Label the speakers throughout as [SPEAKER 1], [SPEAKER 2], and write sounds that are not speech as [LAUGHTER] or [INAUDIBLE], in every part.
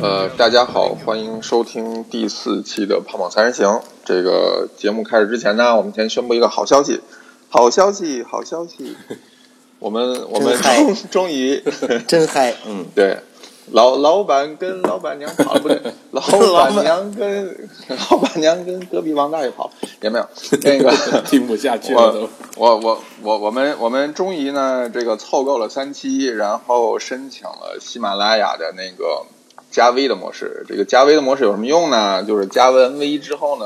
[SPEAKER 1] 呃，大家好，欢迎收听第四期的《胖胖三人行》。这个节目开始之前呢，我们先宣布一个好消息，好消息，好消息！我们我们
[SPEAKER 2] 真嗨
[SPEAKER 1] 终终于，
[SPEAKER 2] 真嗨！
[SPEAKER 1] 嗯，对，老老板跟老板娘跑了，不对，老板娘跟老板娘跟隔壁王大爷跑了，也没有那个
[SPEAKER 3] [LAUGHS] 听不下去了都
[SPEAKER 1] 我。我我我我们我们终于呢，这个凑够了三期，然后申请了喜马拉雅的那个加 V 的模式。这个加 V 的模式有什么用呢？就是加完 V 之后呢，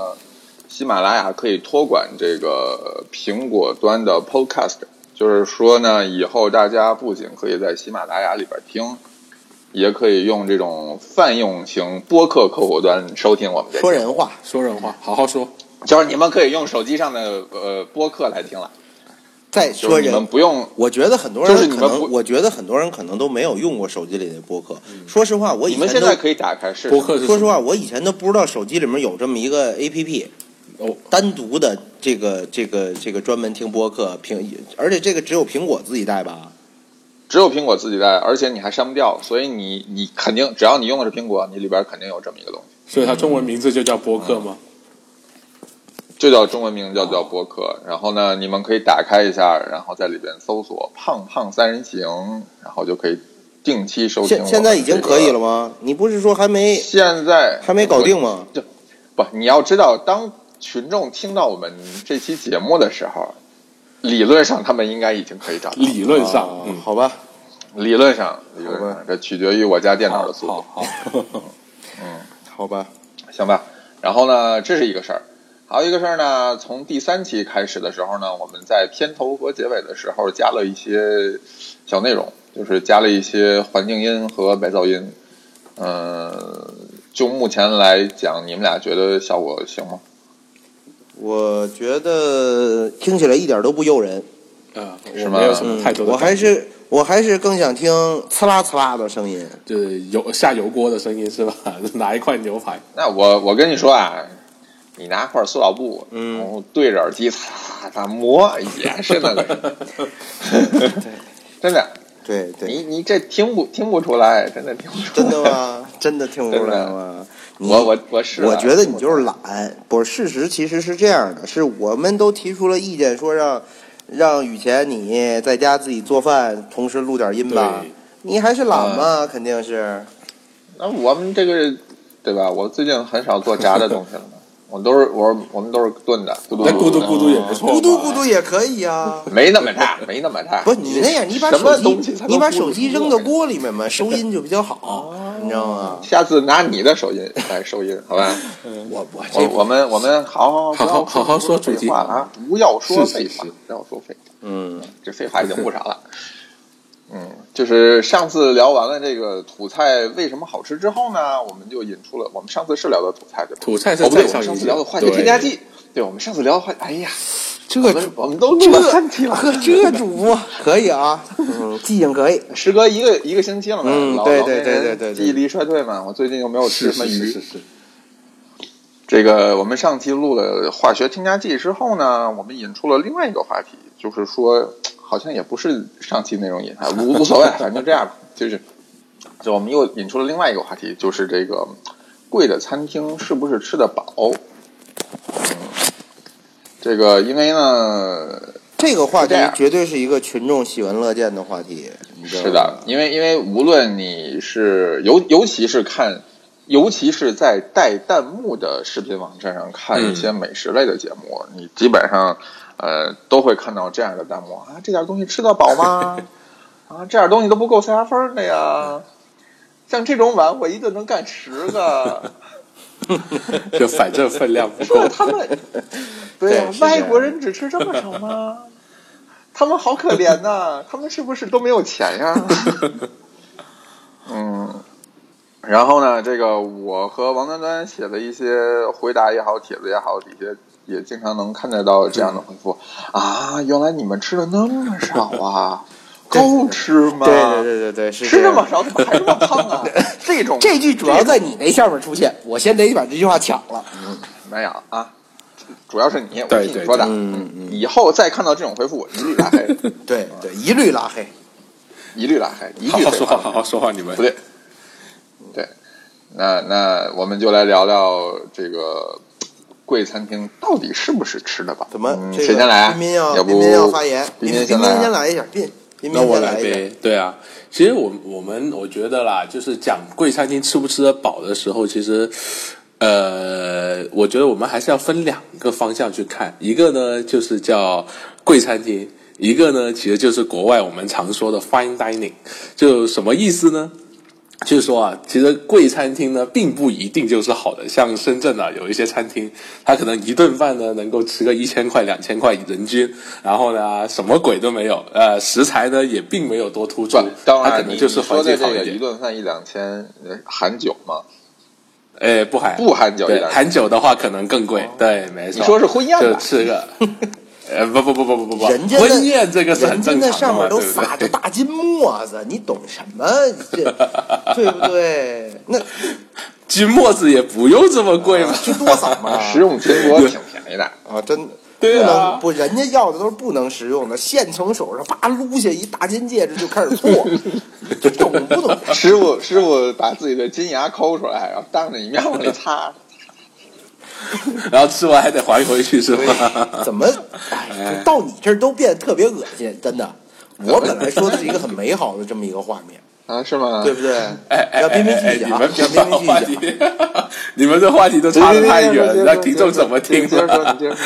[SPEAKER 1] 喜马拉雅可以托管这个苹果端的 Podcast，就是说呢，以后大家不仅可以在喜马拉雅里边听。也可以用这种泛用型播客客户端收听我们的节目
[SPEAKER 2] 说人话，
[SPEAKER 3] 说人话，好好说。
[SPEAKER 1] 就是你们可以用手机上的呃播客来听了，
[SPEAKER 2] 再
[SPEAKER 1] 就
[SPEAKER 2] 说
[SPEAKER 1] 是你们
[SPEAKER 2] 人。
[SPEAKER 1] 不用
[SPEAKER 2] 我觉得很多人
[SPEAKER 1] 就是你
[SPEAKER 2] 可
[SPEAKER 1] 们
[SPEAKER 2] 能，
[SPEAKER 1] 不嗯
[SPEAKER 2] 我觉得很多人可能都没有用过手机里的播客。说实话，我以
[SPEAKER 1] 你们
[SPEAKER 2] 前
[SPEAKER 1] 现
[SPEAKER 2] 都
[SPEAKER 1] 在可以打开试试。
[SPEAKER 3] 播客是
[SPEAKER 2] 说
[SPEAKER 3] 什
[SPEAKER 2] 实
[SPEAKER 3] 么
[SPEAKER 2] 话，我以前都不知道手机里面有这么一个 A P P，
[SPEAKER 3] 哦，
[SPEAKER 2] 单独的这个这个这个专门听播客苹，而且这个只有苹果自己带吧？
[SPEAKER 1] 只有苹果自己带，而且你还删不掉，所以你你肯定只要你用的是苹果，你里边肯定有这么一个东西，
[SPEAKER 3] 所以它中文名字就叫播客吗？
[SPEAKER 1] 就叫中文名叫叫播客。然后呢，你们可以打开一下，然后在里边搜索“胖胖三人行”，然后就可以定期收听我
[SPEAKER 2] 现
[SPEAKER 1] 们这个、
[SPEAKER 2] 现在已经可以了吗？你不是说还没
[SPEAKER 1] 现在
[SPEAKER 2] 还没搞定吗？
[SPEAKER 1] 不，你要知道，当群众听到我们这期节目的时候，理论上他们应该已经可以找到。
[SPEAKER 3] 理论上，
[SPEAKER 2] 啊
[SPEAKER 3] 嗯，
[SPEAKER 2] 好吧，
[SPEAKER 1] 理论上，理论
[SPEAKER 2] 好
[SPEAKER 1] 上
[SPEAKER 2] 吧，
[SPEAKER 1] 这取决于我家电脑
[SPEAKER 3] 好
[SPEAKER 1] 的速度
[SPEAKER 3] 好。好，
[SPEAKER 2] 好吧，
[SPEAKER 1] 行吧。然后呢，这是一个事儿，还有一个事儿呢，从第三期开始的时候呢，我们在片头和结尾的时候加了一些小内容，就是加了一些环境音和白噪音。嗯、就目前来讲，你们俩觉得效果行吗？
[SPEAKER 2] 我觉得听起来一点都不诱人。
[SPEAKER 3] 啊，
[SPEAKER 1] 是
[SPEAKER 3] 我
[SPEAKER 1] 吗
[SPEAKER 3] 没有什么太多
[SPEAKER 2] 嗯
[SPEAKER 3] 的感觉，
[SPEAKER 2] 我还是我还是更想听呲啦呲啦的声音。
[SPEAKER 3] 就是油下油锅的声音是吧？ [LAUGHS] 拿一块牛排，
[SPEAKER 1] 那我我跟你说啊，你拿块塑料布，
[SPEAKER 2] 嗯
[SPEAKER 1] 然后对着耳机擦擦磨，也是那个
[SPEAKER 2] [LAUGHS]
[SPEAKER 1] [LAUGHS] 声音，真的，
[SPEAKER 2] 对对，
[SPEAKER 1] 你你这听不听不出来，真的听不出来，
[SPEAKER 2] 真的吗？ [LAUGHS] 真的听不出来吗？你
[SPEAKER 1] 我我我是啊，
[SPEAKER 2] 我觉得你就是懒。不是，事实其实是这样的，是我们都提出了意见，说让让雨前你在家自己做饭，同时录点音吧
[SPEAKER 3] 对。
[SPEAKER 2] 你还是懒
[SPEAKER 1] 嗯
[SPEAKER 2] 嘛，肯定是。
[SPEAKER 1] 那我们这个对吧？我最近很少做炸的东西了嘛，我都是我我们都是炖的，咕嘟
[SPEAKER 3] 那咕嘟
[SPEAKER 1] 的
[SPEAKER 3] 咕嘟也不错嘛，
[SPEAKER 2] 咕嘟咕嘟也可以啊。
[SPEAKER 1] [LAUGHS] 没那么大，没那么大。
[SPEAKER 2] 不，你那样，你把
[SPEAKER 1] 什么
[SPEAKER 2] 手
[SPEAKER 1] 东
[SPEAKER 2] 机
[SPEAKER 1] 西才，能
[SPEAKER 2] 你把
[SPEAKER 1] 咕嘟
[SPEAKER 2] 手机
[SPEAKER 1] 咕嘟哦
[SPEAKER 2] 扔到锅里面嘛，收音就比较好，你知道吗？
[SPEAKER 1] 下次拿你的手音来收音，好吧？
[SPEAKER 2] 我我
[SPEAKER 1] 我
[SPEAKER 2] 这
[SPEAKER 3] 哦
[SPEAKER 1] 我们我们好好
[SPEAKER 3] 好好好好说主题
[SPEAKER 1] 废话啊！不要说废
[SPEAKER 3] 是
[SPEAKER 1] 话
[SPEAKER 3] 是是，
[SPEAKER 1] 不要说废话，
[SPEAKER 2] 嗯，
[SPEAKER 1] [LAUGHS] 这废话已经不少了。嗯，就是上次聊完了这个土菜为什么好吃之后呢，我们就引出了我们上次是聊的土菜对吧？
[SPEAKER 3] 土菜
[SPEAKER 1] 哦
[SPEAKER 3] 是
[SPEAKER 1] 不对，我
[SPEAKER 3] 在上
[SPEAKER 1] 们上次聊的化学
[SPEAKER 3] 对
[SPEAKER 1] 添加剂，对，我们上次聊的化，哎呀，
[SPEAKER 2] 这
[SPEAKER 1] 我们我们都录了三期了，
[SPEAKER 2] 呵，这主播可以啊，嗯，记性可以。
[SPEAKER 1] [LAUGHS] 时隔一个一个星期了嘛，
[SPEAKER 2] 嗯
[SPEAKER 1] 老
[SPEAKER 2] 对
[SPEAKER 1] 老
[SPEAKER 2] 对
[SPEAKER 1] 年
[SPEAKER 2] 对
[SPEAKER 1] 人
[SPEAKER 2] 对对对
[SPEAKER 1] 记忆力衰退嘛，我最近又没有吃
[SPEAKER 3] 是
[SPEAKER 1] 什么
[SPEAKER 3] 是
[SPEAKER 1] 鱼。
[SPEAKER 3] 是是是，
[SPEAKER 1] 这个我们上期录了化学添加剂之后呢，我们引出了另外一个话题，就是说好像也不是上期内容引，啊无无所谓，反正就这样吧，就是就我们又引出了另外一个话题，就是这个贵的餐厅是不是吃得饱？嗯，这个因为呢，
[SPEAKER 2] 这个话
[SPEAKER 1] 是
[SPEAKER 2] 题
[SPEAKER 1] 这样
[SPEAKER 2] 绝对是一个群众喜闻乐见的话题，你知道
[SPEAKER 1] 是的，因为因为无论你是尤尤其是看，尤其是在带弹幕的视频网站上看一
[SPEAKER 2] 嗯
[SPEAKER 1] 些美食类的节目，你基本上呃都会看到这样的弹幕啊，这点东西吃得饱
[SPEAKER 2] [LAUGHS]
[SPEAKER 1] 吗？啊，这点东西都不够塞牙缝儿的
[SPEAKER 2] 嗯
[SPEAKER 1] 呀。像这种碗，我一顿能干十个。
[SPEAKER 3] 就反正分量不
[SPEAKER 1] 说 [LAUGHS]
[SPEAKER 3] 够，
[SPEAKER 1] 他们，对呀、
[SPEAKER 2] 是这样
[SPEAKER 1] 外国人只吃这么少吗？ [LAUGHS] 他们好可怜呐、他们是不是都没有钱 [LAUGHS] 呀？嗯，然后呢，这个我和王端端写的一些回答也好，帖子也好，底下也经常能看得到这样的回复啊，原来你们吃的那么少啊，够吃吗？
[SPEAKER 2] 对啊对对对对，是
[SPEAKER 1] 吃
[SPEAKER 2] 这
[SPEAKER 1] 这
[SPEAKER 2] 样
[SPEAKER 1] 么。少怎么还这么胖 [LAUGHS] 啊？这种
[SPEAKER 2] 这句主要在你那下面出现，我先得把这句话抢了。
[SPEAKER 1] 没有啊，主要是你，我
[SPEAKER 3] 对
[SPEAKER 1] 替你
[SPEAKER 3] 对
[SPEAKER 1] 说的。
[SPEAKER 2] 嗯嗯
[SPEAKER 1] 以后再看到这种回复，我一律拉
[SPEAKER 3] [LAUGHS]
[SPEAKER 1] 黑，
[SPEAKER 2] 对对，一律拉黑。
[SPEAKER 1] 一律拉黑，一
[SPEAKER 3] 好
[SPEAKER 1] 律
[SPEAKER 3] 好
[SPEAKER 1] 黑
[SPEAKER 3] 说话，好好说话，你们
[SPEAKER 1] 不对，对，那那我们就来聊聊这个贵餐厅到底是不是吃的吧？
[SPEAKER 2] 怎么？
[SPEAKER 1] 嗯
[SPEAKER 2] 这个
[SPEAKER 1] 谁先来啊？
[SPEAKER 2] 彬彬要
[SPEAKER 1] 要不
[SPEAKER 2] 彬彬要发言，
[SPEAKER 1] 彬彬
[SPEAKER 2] 彬彬
[SPEAKER 1] 来啊
[SPEAKER 2] 先来一下，彬彬
[SPEAKER 3] 那
[SPEAKER 2] 彬
[SPEAKER 3] 我
[SPEAKER 2] 先
[SPEAKER 3] 来
[SPEAKER 2] 一下。
[SPEAKER 3] 呗，对啊。其实我我们我觉得啦，就是讲贵餐厅吃不吃得饱的时候，其实，呃，我觉得我们还是要分两个方向去看。一个呢就是叫贵餐厅，一个呢其实就是国外我们常说的 fine dining，就什么意思呢？就是说啊，其实贵餐厅呢，并不一定就是好的。像深圳啊，有一些餐厅，它可能一顿饭呢能够吃个一千块、两千块人均，然后呢什么鬼都没有，呃，食材呢也并没有多突出
[SPEAKER 1] 不，，当
[SPEAKER 3] 它可
[SPEAKER 1] 然
[SPEAKER 3] 能
[SPEAKER 1] 你
[SPEAKER 3] 就是
[SPEAKER 1] 你说
[SPEAKER 3] 环境
[SPEAKER 1] 的
[SPEAKER 3] 好
[SPEAKER 1] 这
[SPEAKER 3] 一
[SPEAKER 1] 个一
[SPEAKER 3] 点。
[SPEAKER 1] 顿饭一两千，呃含酒吗？
[SPEAKER 3] 哎，不含
[SPEAKER 1] 不含酒一
[SPEAKER 3] 对，
[SPEAKER 1] 两千。
[SPEAKER 3] 含酒的话可能更贵。对，没错。
[SPEAKER 1] 你说是啊婚宴
[SPEAKER 3] 就
[SPEAKER 1] 吧？[LAUGHS]
[SPEAKER 3] 吃个，呃，不不不不不不不，
[SPEAKER 2] 人家的
[SPEAKER 3] 婚宴这个是很
[SPEAKER 2] 人家
[SPEAKER 3] 正
[SPEAKER 2] 那
[SPEAKER 3] 常
[SPEAKER 2] 上
[SPEAKER 3] 嘛，
[SPEAKER 2] 面
[SPEAKER 3] 对
[SPEAKER 2] 都
[SPEAKER 3] 不对
[SPEAKER 2] 撒？
[SPEAKER 3] [LAUGHS]
[SPEAKER 2] 着大金沫子，你懂什么？这
[SPEAKER 1] [LAUGHS]
[SPEAKER 2] 对不对？那
[SPEAKER 3] 金沫子也不用这么贵
[SPEAKER 1] 哦
[SPEAKER 3] 嘛。
[SPEAKER 2] 去多撒
[SPEAKER 1] [LAUGHS]
[SPEAKER 2] 嘛
[SPEAKER 1] 食用秦国挺便宜的，
[SPEAKER 2] 啊！真的
[SPEAKER 3] 对
[SPEAKER 2] 不
[SPEAKER 3] 啊
[SPEAKER 2] 能不，人家要的都是不能食用的，现从手上叭撸下一大金戒指就开始
[SPEAKER 3] [LAUGHS]
[SPEAKER 2] 破，就懂不懂？
[SPEAKER 1] 师傅师傅把自己的金牙抠出来，然后当着你面往里擦。
[SPEAKER 3] 然后吃完还得还回去是吗？
[SPEAKER 2] 怎
[SPEAKER 3] [LAUGHS]
[SPEAKER 2] 么？哎，就到你这儿都变得特别恶心，真的。
[SPEAKER 3] 哎
[SPEAKER 2] 我本来说的是一个很美好的这么一个画面，
[SPEAKER 1] 啊，是吗？
[SPEAKER 2] 对不对？
[SPEAKER 3] 哎哎
[SPEAKER 2] 让彬彬
[SPEAKER 3] 哎
[SPEAKER 2] 继续
[SPEAKER 3] 你
[SPEAKER 2] 讲，
[SPEAKER 3] 们别
[SPEAKER 2] 让彬
[SPEAKER 3] 话
[SPEAKER 2] 彬继
[SPEAKER 3] 题
[SPEAKER 2] 续讲。，
[SPEAKER 3] 你们这话题都
[SPEAKER 1] 别，
[SPEAKER 3] 差得太
[SPEAKER 1] 别
[SPEAKER 3] 远，
[SPEAKER 1] 别
[SPEAKER 3] 那
[SPEAKER 1] 别
[SPEAKER 3] 听
[SPEAKER 1] 别
[SPEAKER 3] 众怎么听
[SPEAKER 1] 你接着说，
[SPEAKER 3] 啊
[SPEAKER 1] 你？接着说。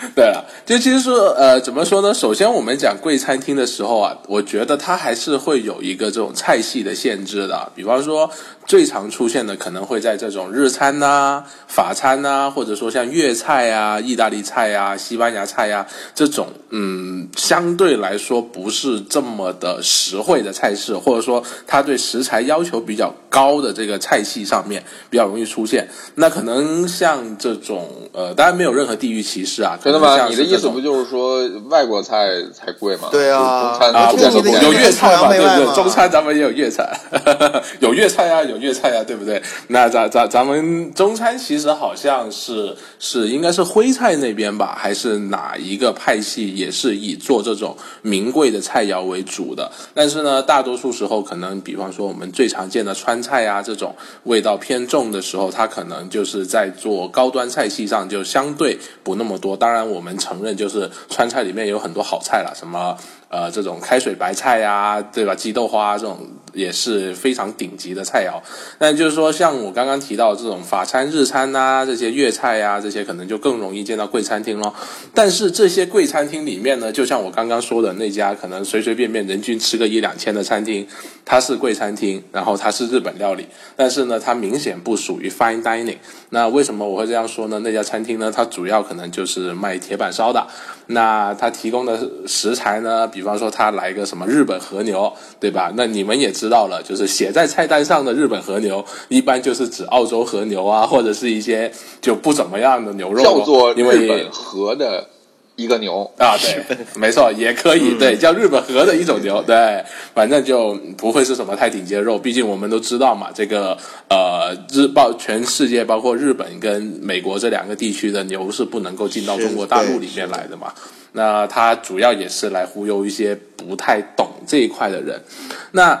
[SPEAKER 3] [LAUGHS] 对了，就其实说，呃，怎么说呢？首先，我们讲贵餐厅的时候啊，我觉得它还是会有一个这种菜系的限制的。比方说，最常出现的可能会在这种日餐呐、法餐呐、或者说像粤菜啊、意大利菜啊、西班牙菜啊这种，嗯，相对来说不是这么的实惠的菜式，或者说它对食材要求比较高的这个菜系上面比较容易出现。那可能像这种，呃，当然没有任何地域歧视啊，
[SPEAKER 1] 真的
[SPEAKER 3] 可能
[SPEAKER 1] 吗？
[SPEAKER 3] 像
[SPEAKER 1] 你
[SPEAKER 3] 是
[SPEAKER 1] 的意
[SPEAKER 3] 这
[SPEAKER 1] 思
[SPEAKER 3] 种
[SPEAKER 1] 不就是说外国菜才贵吗？
[SPEAKER 2] 对啊
[SPEAKER 1] 中餐
[SPEAKER 3] 啊，
[SPEAKER 1] 不
[SPEAKER 2] 就
[SPEAKER 1] 见
[SPEAKER 2] 是
[SPEAKER 1] 得
[SPEAKER 2] 你的
[SPEAKER 1] 贵
[SPEAKER 2] 意思
[SPEAKER 3] 有
[SPEAKER 2] 意
[SPEAKER 3] 粤菜嘛，
[SPEAKER 2] 崇洋
[SPEAKER 3] 对
[SPEAKER 2] 媚
[SPEAKER 3] 不
[SPEAKER 2] 外
[SPEAKER 3] 对？
[SPEAKER 2] 嘛
[SPEAKER 3] 中餐咱们也有粤菜，有粤菜啊，有粤菜啊，对不对？那咱咱咱们中餐其实好像是是应该是徽菜那边吧，还是哪一个派系也是以做这种名贵的菜肴为主的？但是呢，大多数时候可能，比方说我们最常见的川菜啊这种味道偏重的时候，它可能就是在做高端菜系上就相对不那么多。当然，我们承认就是川菜里面有很多好菜了，什么。呃，这种开水白菜呀、对吧？鸡豆花、这种也是非常顶级的菜肴。但就是说，像我刚刚提到这种法餐、日餐呐、这些粤菜呀、这些可能就更容易见到贵餐厅咯。但是这些贵餐厅里面呢，就像我刚刚说的那家，可能随随便便人均吃个一两千的餐厅，它是贵餐厅，然后它是日本料理，但是呢，它明显不属于 fine dining。那为什么我会这样说呢？那家餐厅呢，它主要可能就是卖铁板烧的。那它提供的食材呢，比方说它来一个什么日本和牛，对吧？那你们也知道了，就是写在菜单上的日本和牛，一般就是指澳洲和牛啊，或者是一些就不怎么样的牛肉咯，
[SPEAKER 1] 叫做
[SPEAKER 3] 因为
[SPEAKER 1] 日本和的一个牛，
[SPEAKER 3] 啊，
[SPEAKER 2] [LAUGHS]
[SPEAKER 3] 对，没错，也可以，
[SPEAKER 2] 嗯
[SPEAKER 3] 对，叫日本和的一种牛，对，反正就不会是什么太顶级的肉，毕竟我们都知道嘛，这个呃，日包全世界包括日本跟美国这两个地区的牛是不能够进到
[SPEAKER 2] 是
[SPEAKER 3] 中国大陆
[SPEAKER 2] 对
[SPEAKER 3] 里面来的嘛。那它主要也是来忽悠一些不太懂这一块的人，那。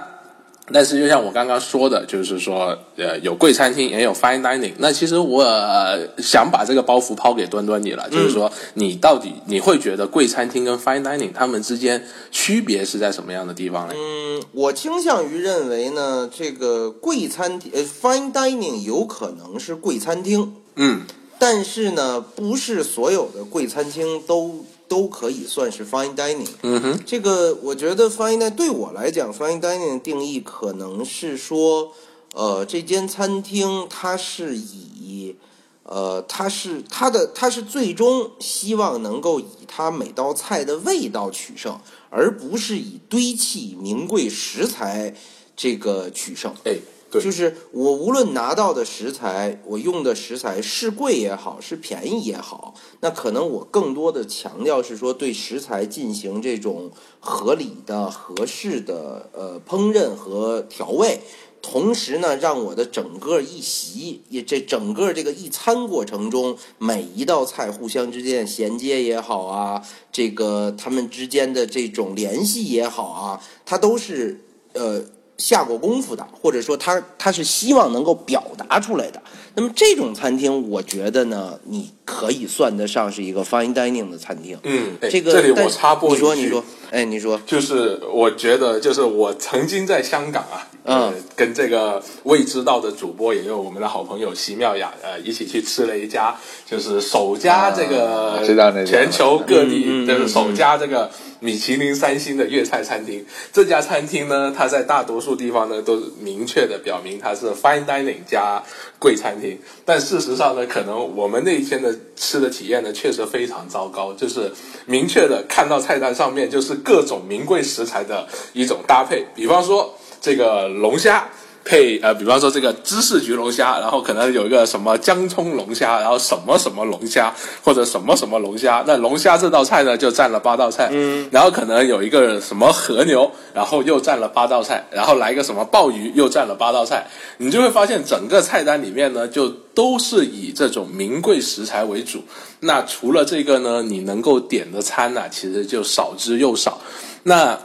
[SPEAKER 3] 但是就像我刚刚说的，就是说，呃，有贵餐厅，也有 fine dining。那其实我、呃想把这个包袱抛给端端你了，就是说，你到底你会觉得贵餐厅跟 fine dining 它们之间区别是在什么样的地方呢？
[SPEAKER 2] 嗯，我倾向于认为呢，这个贵餐厅呃，fine dining 有可能是贵餐厅，
[SPEAKER 3] 嗯，
[SPEAKER 2] 但是呢，不是所有的贵餐厅都都可以算是 fine dining。
[SPEAKER 3] 嗯哼，
[SPEAKER 2] 这个我觉得 fine dining 对我来讲，fine dining 的定义可能是说，呃，这间餐厅它是以，呃，它是它的它是最终希望能够以它每道菜的味道取胜，而不是以堆砌名贵食材这个取胜。
[SPEAKER 3] 哎，对
[SPEAKER 2] 就是我无论拿到的食材，我用的食材是贵也好，是便宜也好，那可能我更多的强调是说对食材进行这种合理的、合适的呃烹饪和调味。同时呢，让我的整个一席也这整个这个一餐过程中，每一道菜互相之间的衔接也好啊，这个他们之间的这种联系也好啊，它都是呃下过功夫的，或者说他他是希望能够表达出来的。那么这种餐厅，我觉得呢，你可以算得上是一个 fine dining 的餐厅。
[SPEAKER 3] 嗯，哎
[SPEAKER 2] 这个
[SPEAKER 3] 这里
[SPEAKER 2] 但
[SPEAKER 3] 我插播
[SPEAKER 2] 你
[SPEAKER 3] 一
[SPEAKER 2] 说你
[SPEAKER 3] 句
[SPEAKER 2] 说，哎，你说，
[SPEAKER 3] 就是我觉得，就是我曾经在香港啊，呃
[SPEAKER 2] 嗯，
[SPEAKER 3] 跟这个未知道的主播，也有我们的好朋友席妙雅，呃，一起去吃了一家，就是首家这个
[SPEAKER 1] 啊知道那家
[SPEAKER 3] 呃全球
[SPEAKER 2] 嗯
[SPEAKER 3] 各
[SPEAKER 2] 嗯
[SPEAKER 3] 地
[SPEAKER 2] 嗯
[SPEAKER 3] 就是首家这个米其林三星的粤菜餐厅。这家餐厅呢，它在大多数地方呢都明确的表明它是 fine dining 加贵餐厅，但事实上呢，可能我们那一天的吃的体验呢，确实非常糟糕，就是明确的看到菜单上面就是各种名贵食材的一种搭配，比方说这个龙虾。配呃，比方说这个芝士焗龙虾，然后可能有一个什么姜葱龙虾，然后什么什么龙虾，或者什么什么龙虾。那龙虾这道菜呢，就占了八道菜。嗯，然后可能有一个什么和牛，然后又占了八道菜，然后来一个什么鲍鱼，又占了八道菜。你就会发现整个菜单里面呢，就都是以这种名贵食材为主。那除了这个呢，你能够点的餐呢、其实就少之又少。那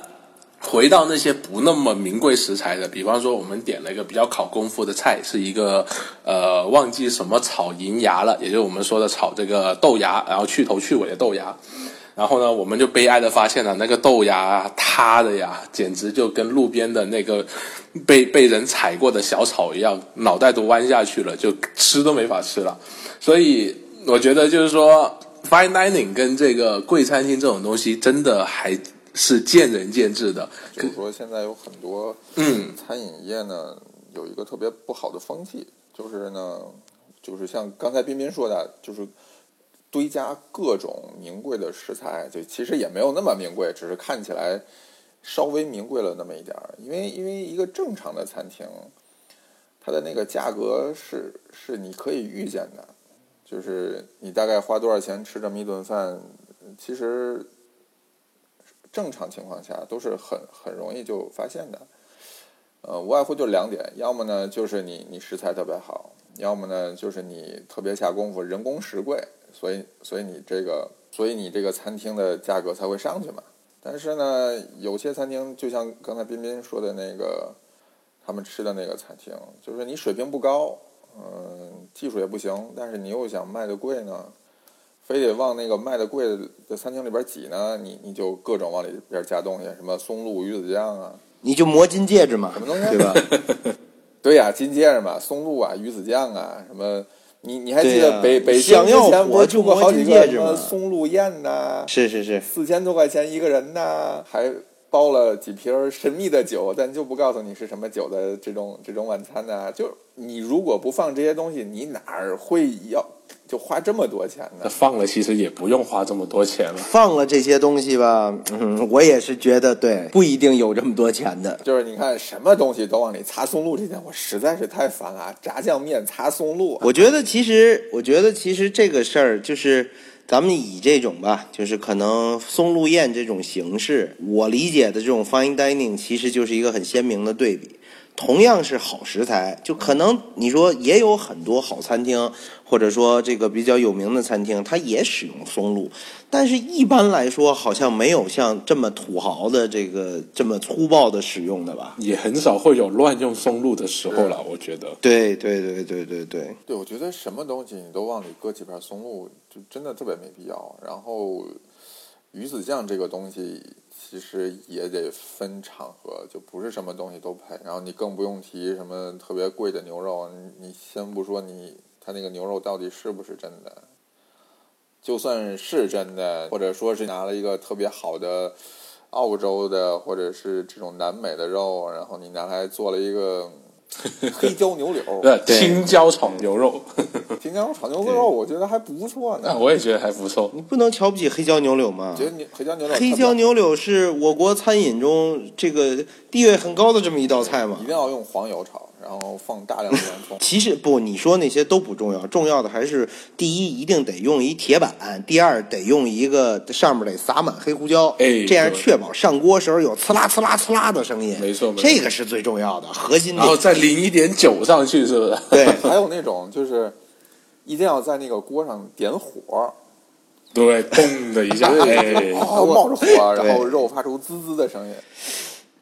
[SPEAKER 3] 回到那些不那么名贵食材的，比方说我们点了一个比较考功夫的菜，是一个呃忘记什么炒银芽了，也就是我们说的炒这个豆芽，然后去头去尾的豆芽。然后呢，我们就悲哀的发现了那个豆芽啊塌的呀，简直就跟路边的那个被被人踩过的小草一样，脑袋都弯下去了，就吃都没法吃了。所以我觉得就是说，fine dining 跟这个贵餐厅这种东西，真的还是见仁见智的。
[SPEAKER 1] 就是说现在有很多
[SPEAKER 3] 嗯
[SPEAKER 1] 餐饮业呢有一个特别不好的风气，就是呢，就是像刚才彬彬说的，就是堆加各种名贵的食材，就其实也没有那么名贵，只是看起来稍微名贵了那么一点儿。因为因为一个正常的餐厅，它的那个价格是是你可以预见的，就是你大概花多少钱吃这么一顿饭，其实正常情况下都是很很容易就发现的。呃，无外乎就两点，要么呢就是你你食材特别好，要么呢就是你特别下功夫，人工实惠，所以所以你这个所以你这个餐厅的价格才会上去嘛。但是呢，有些餐厅就像刚才彬彬说的那个，他们吃的那个餐厅，就是你水平不高，嗯、技术也不行，但是你又想卖的贵呢，非得往那个卖的贵的餐厅里边挤呢，你你就各种往里边加东西，什么松露鱼子酱啊，
[SPEAKER 2] 你就磨金戒指嘛，
[SPEAKER 1] 么东西
[SPEAKER 2] 对
[SPEAKER 3] [LAUGHS]
[SPEAKER 2] 吧？
[SPEAKER 1] 对呀、金戒指嘛，松露啊，鱼子酱啊，什么，你你还记
[SPEAKER 2] 对
[SPEAKER 1] 得
[SPEAKER 2] 呀
[SPEAKER 1] 北、北京
[SPEAKER 2] 想
[SPEAKER 1] 之
[SPEAKER 2] 要
[SPEAKER 1] 前
[SPEAKER 2] 火
[SPEAKER 1] 不是
[SPEAKER 2] 就
[SPEAKER 1] 出过
[SPEAKER 2] 磨
[SPEAKER 1] 好几
[SPEAKER 2] 金
[SPEAKER 1] 个
[SPEAKER 2] 戒
[SPEAKER 1] 什
[SPEAKER 2] 指
[SPEAKER 1] 么
[SPEAKER 2] 嘛
[SPEAKER 1] 松露宴呐、
[SPEAKER 2] 是是是，
[SPEAKER 1] 四千多块钱一个人呐、还包了几瓶儿神秘的酒，但就不告诉你是什么酒的这种这种晚餐呐、就你如果不放这些东西，你哪儿会要就花这么多钱呢？
[SPEAKER 3] 放了其实也不用花这么多钱了。
[SPEAKER 2] 放了这些东西吧，嗯，我也是觉得对，不一定有这么多钱的。
[SPEAKER 1] 就是你看什么东西都往里擦松露，这点我实在是太烦了啊。炸酱面擦松露，
[SPEAKER 2] 我觉得其实，我觉得其实这个事儿就是，咱们以这种吧，就是可能松露宴这种形式，我理解的这种 fine dining 其实就是一个很鲜明的对比。同样是好食材，就可能你说也有很多好餐厅，或者说这个比较有名的餐厅，它也使用松露，但是一般来说好像没有像这么土豪的这个这么粗暴的使用的吧？
[SPEAKER 3] 也很少会有乱用松露的时候了，我觉得。
[SPEAKER 2] 对对对对对对，
[SPEAKER 1] 对，我觉得什么东西你都往里搁几片松露，就真的特别没必要。然后，鱼子酱这个东西其实也得分场合，就不是什么东西都配。然后你更不用提什么特别贵的牛肉，你你先不说你它那个牛肉到底是不是真的，就算是真的，或者说是拿了一个特别好的澳洲的或者是这种南美的肉，然后你拿来做了一个 [LAUGHS] 黑椒牛柳。
[SPEAKER 3] 呃，
[SPEAKER 2] 对
[SPEAKER 3] 青椒炒牛肉，
[SPEAKER 1] 平江炒牛肉，我觉得还不错
[SPEAKER 3] 那
[SPEAKER 1] 呢。
[SPEAKER 3] 我也觉得还不错。
[SPEAKER 2] 你不能瞧不起黑椒牛柳嘛？
[SPEAKER 1] 觉得牛黑椒牛肉，
[SPEAKER 2] 黑椒牛柳是我国餐饮中这个地位很高的这么一道菜嘛。
[SPEAKER 1] 一定。要用黄油炒，然后放大量的洋葱 [LAUGHS]
[SPEAKER 2] 其实不，你说那些都不重要，重要的还是第一，一定得用一铁板；第二，得用一个上面得撒满黑胡椒，
[SPEAKER 3] 哎
[SPEAKER 2] 这样
[SPEAKER 3] 对
[SPEAKER 2] 确保上锅时候有呲啦呲啦呲啦的声音。
[SPEAKER 3] 没错没错
[SPEAKER 2] 这个是最重要的核心
[SPEAKER 3] 然后
[SPEAKER 2] 点。
[SPEAKER 3] 再淋一点酒上去，是不 [LAUGHS] 是？
[SPEAKER 2] 对，
[SPEAKER 1] 还有那种就是一定要在那个锅上点火，
[SPEAKER 2] [LAUGHS]
[SPEAKER 3] 对，砰的一下，哎，
[SPEAKER 1] 然后哦冒着火，
[SPEAKER 2] 对
[SPEAKER 1] 然后肉发出滋滋的声音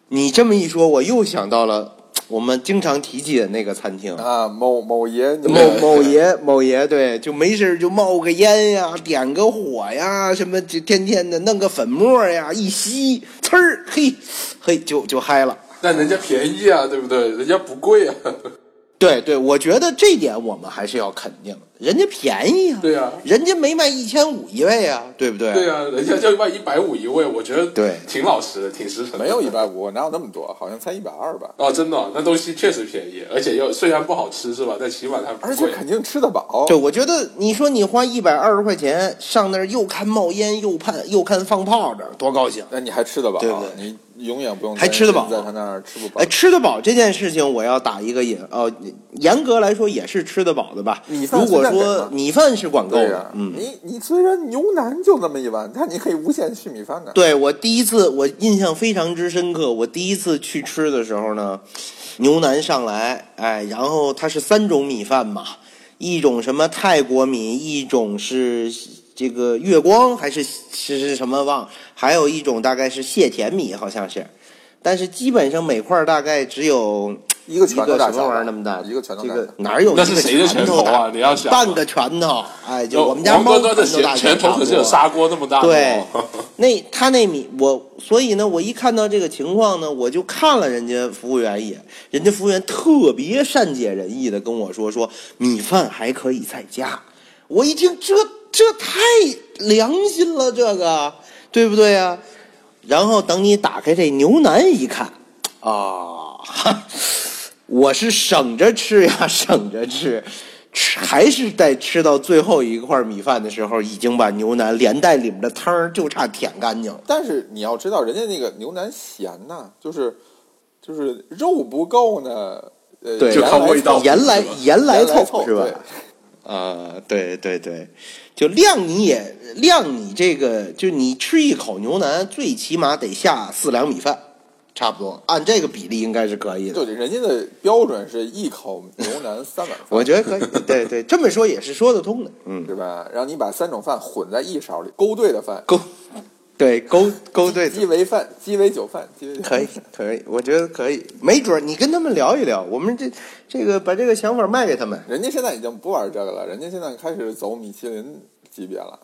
[SPEAKER 2] 你这么一说，我又想到了我们经常提及的那个餐厅。
[SPEAKER 1] 啊！某某爷，你
[SPEAKER 2] 某某爷某爷，对，就没事儿就冒个烟呀，点个火呀，什么就天天的弄个粉末呀，一吸，呲儿，嘿，嘿，就就嗨了。
[SPEAKER 3] 但人家便宜啊，对不对？人家不贵啊，
[SPEAKER 2] 对对，我觉得这点我们还是要肯定，人家便宜啊，
[SPEAKER 3] 对啊
[SPEAKER 2] 人家没卖一千五一位啊，对不对？
[SPEAKER 3] 对啊，人家就卖一百五一位，我觉得
[SPEAKER 2] 对
[SPEAKER 3] 挺老实的，挺实诚
[SPEAKER 1] [LAUGHS]
[SPEAKER 3] 的。
[SPEAKER 1] 没有一百五，哪有那么多？好像才一百二吧。
[SPEAKER 3] 哦，真的哦、那东西确实便宜，而且又虽然不好吃是吧？但起码它不
[SPEAKER 1] 而且
[SPEAKER 3] 贵。
[SPEAKER 1] 肯定吃得饱
[SPEAKER 2] 对，。我觉得你说你花一百二十块钱上那儿又看冒烟又看又看放炮仗，多高兴！
[SPEAKER 1] 那你还吃得饱，
[SPEAKER 2] 对不对
[SPEAKER 1] 你永远不用
[SPEAKER 2] 还吃得饱
[SPEAKER 1] 在他那儿吃不饱
[SPEAKER 2] 哎，。吃得饱这件事情，我要打一个引，呃，严格来说也是吃得饱的吧。
[SPEAKER 1] 米饭
[SPEAKER 2] 如果
[SPEAKER 1] 是在哪儿
[SPEAKER 2] 说
[SPEAKER 1] 呢
[SPEAKER 2] 米饭是管够
[SPEAKER 1] 对啊
[SPEAKER 2] 的，
[SPEAKER 1] 呀，
[SPEAKER 2] 嗯，
[SPEAKER 1] 你你虽然牛腩就那么一碗，但你可以无限续米饭呢。
[SPEAKER 2] 对我第一次我印象非常之深刻，我第一次去吃的时候呢，牛腩上来，哎，然后它是三种米饭嘛，一种什么泰国米，一种是这个月光还是是是什么忘，还有一种大概是蟹田米，好像是。但是基本上每块儿大概只有
[SPEAKER 1] 一个
[SPEAKER 2] 一
[SPEAKER 1] 拳头
[SPEAKER 2] 个
[SPEAKER 1] 大
[SPEAKER 2] 什
[SPEAKER 1] 小
[SPEAKER 2] 么玩意
[SPEAKER 1] 吧，
[SPEAKER 2] 儿那么大，
[SPEAKER 1] 一个拳头
[SPEAKER 2] 这
[SPEAKER 1] 大
[SPEAKER 2] 个
[SPEAKER 1] 小。
[SPEAKER 2] 哪有一
[SPEAKER 3] 那
[SPEAKER 2] 个
[SPEAKER 3] 是谁的
[SPEAKER 2] 拳
[SPEAKER 3] 拳头啊
[SPEAKER 2] 大
[SPEAKER 3] 你要想
[SPEAKER 2] 半个拳头，哎，就我们家
[SPEAKER 3] 王
[SPEAKER 2] 猫
[SPEAKER 3] 哥哥的
[SPEAKER 2] 拳头
[SPEAKER 3] 拳
[SPEAKER 2] 大
[SPEAKER 3] 拳头可是有
[SPEAKER 2] 啥？
[SPEAKER 3] 砂锅那么大的
[SPEAKER 2] 对
[SPEAKER 3] 哦。，
[SPEAKER 2] 那他那米我，所以呢，我一看到这个情况呢，我就看了人家服务员一眼，人家服务员特别善解人意的跟我说说米饭还可以再加，我一听这这太良心了，这个对不对啊？然后等你打开这牛腩一看，啊，哈我是省着吃呀， [LAUGHS] 省着吃，吃还是在吃到最后一块米饭的时候，已经把牛腩连带里面的汤儿就差舔干净了。
[SPEAKER 1] 但是你要知道，人家那个牛腩咸呐，就是就是肉不够呢，呃，
[SPEAKER 2] 对
[SPEAKER 1] 盐
[SPEAKER 3] 就靠
[SPEAKER 1] 来
[SPEAKER 3] 味道
[SPEAKER 1] 凑
[SPEAKER 2] 盐来盐来
[SPEAKER 1] 来
[SPEAKER 2] 凑是吧
[SPEAKER 1] 对？
[SPEAKER 2] 啊、对对对，就量你也量你这个，就你吃一口牛腩，最起码得下四两米饭，差不多，按这个比例应该是可以的。
[SPEAKER 1] 就人家的标准是一口牛腩三碗饭，
[SPEAKER 2] 我觉得可以， [LAUGHS] 对对，这么说也是说得通的。嗯，
[SPEAKER 1] 是吧？然后你把三种饭混在一勺里，勾兑的饭，
[SPEAKER 2] 勾，对勾勾对
[SPEAKER 1] 鸡尾饭、鸡尾酒饭、鸡尾酒饭
[SPEAKER 2] 可以，可以，我觉得可以，没准儿你跟他们聊一聊，我们这这个把这个想法卖给他们。
[SPEAKER 1] 人家现在已经不玩这个了，人家现在开始走米其林级别了。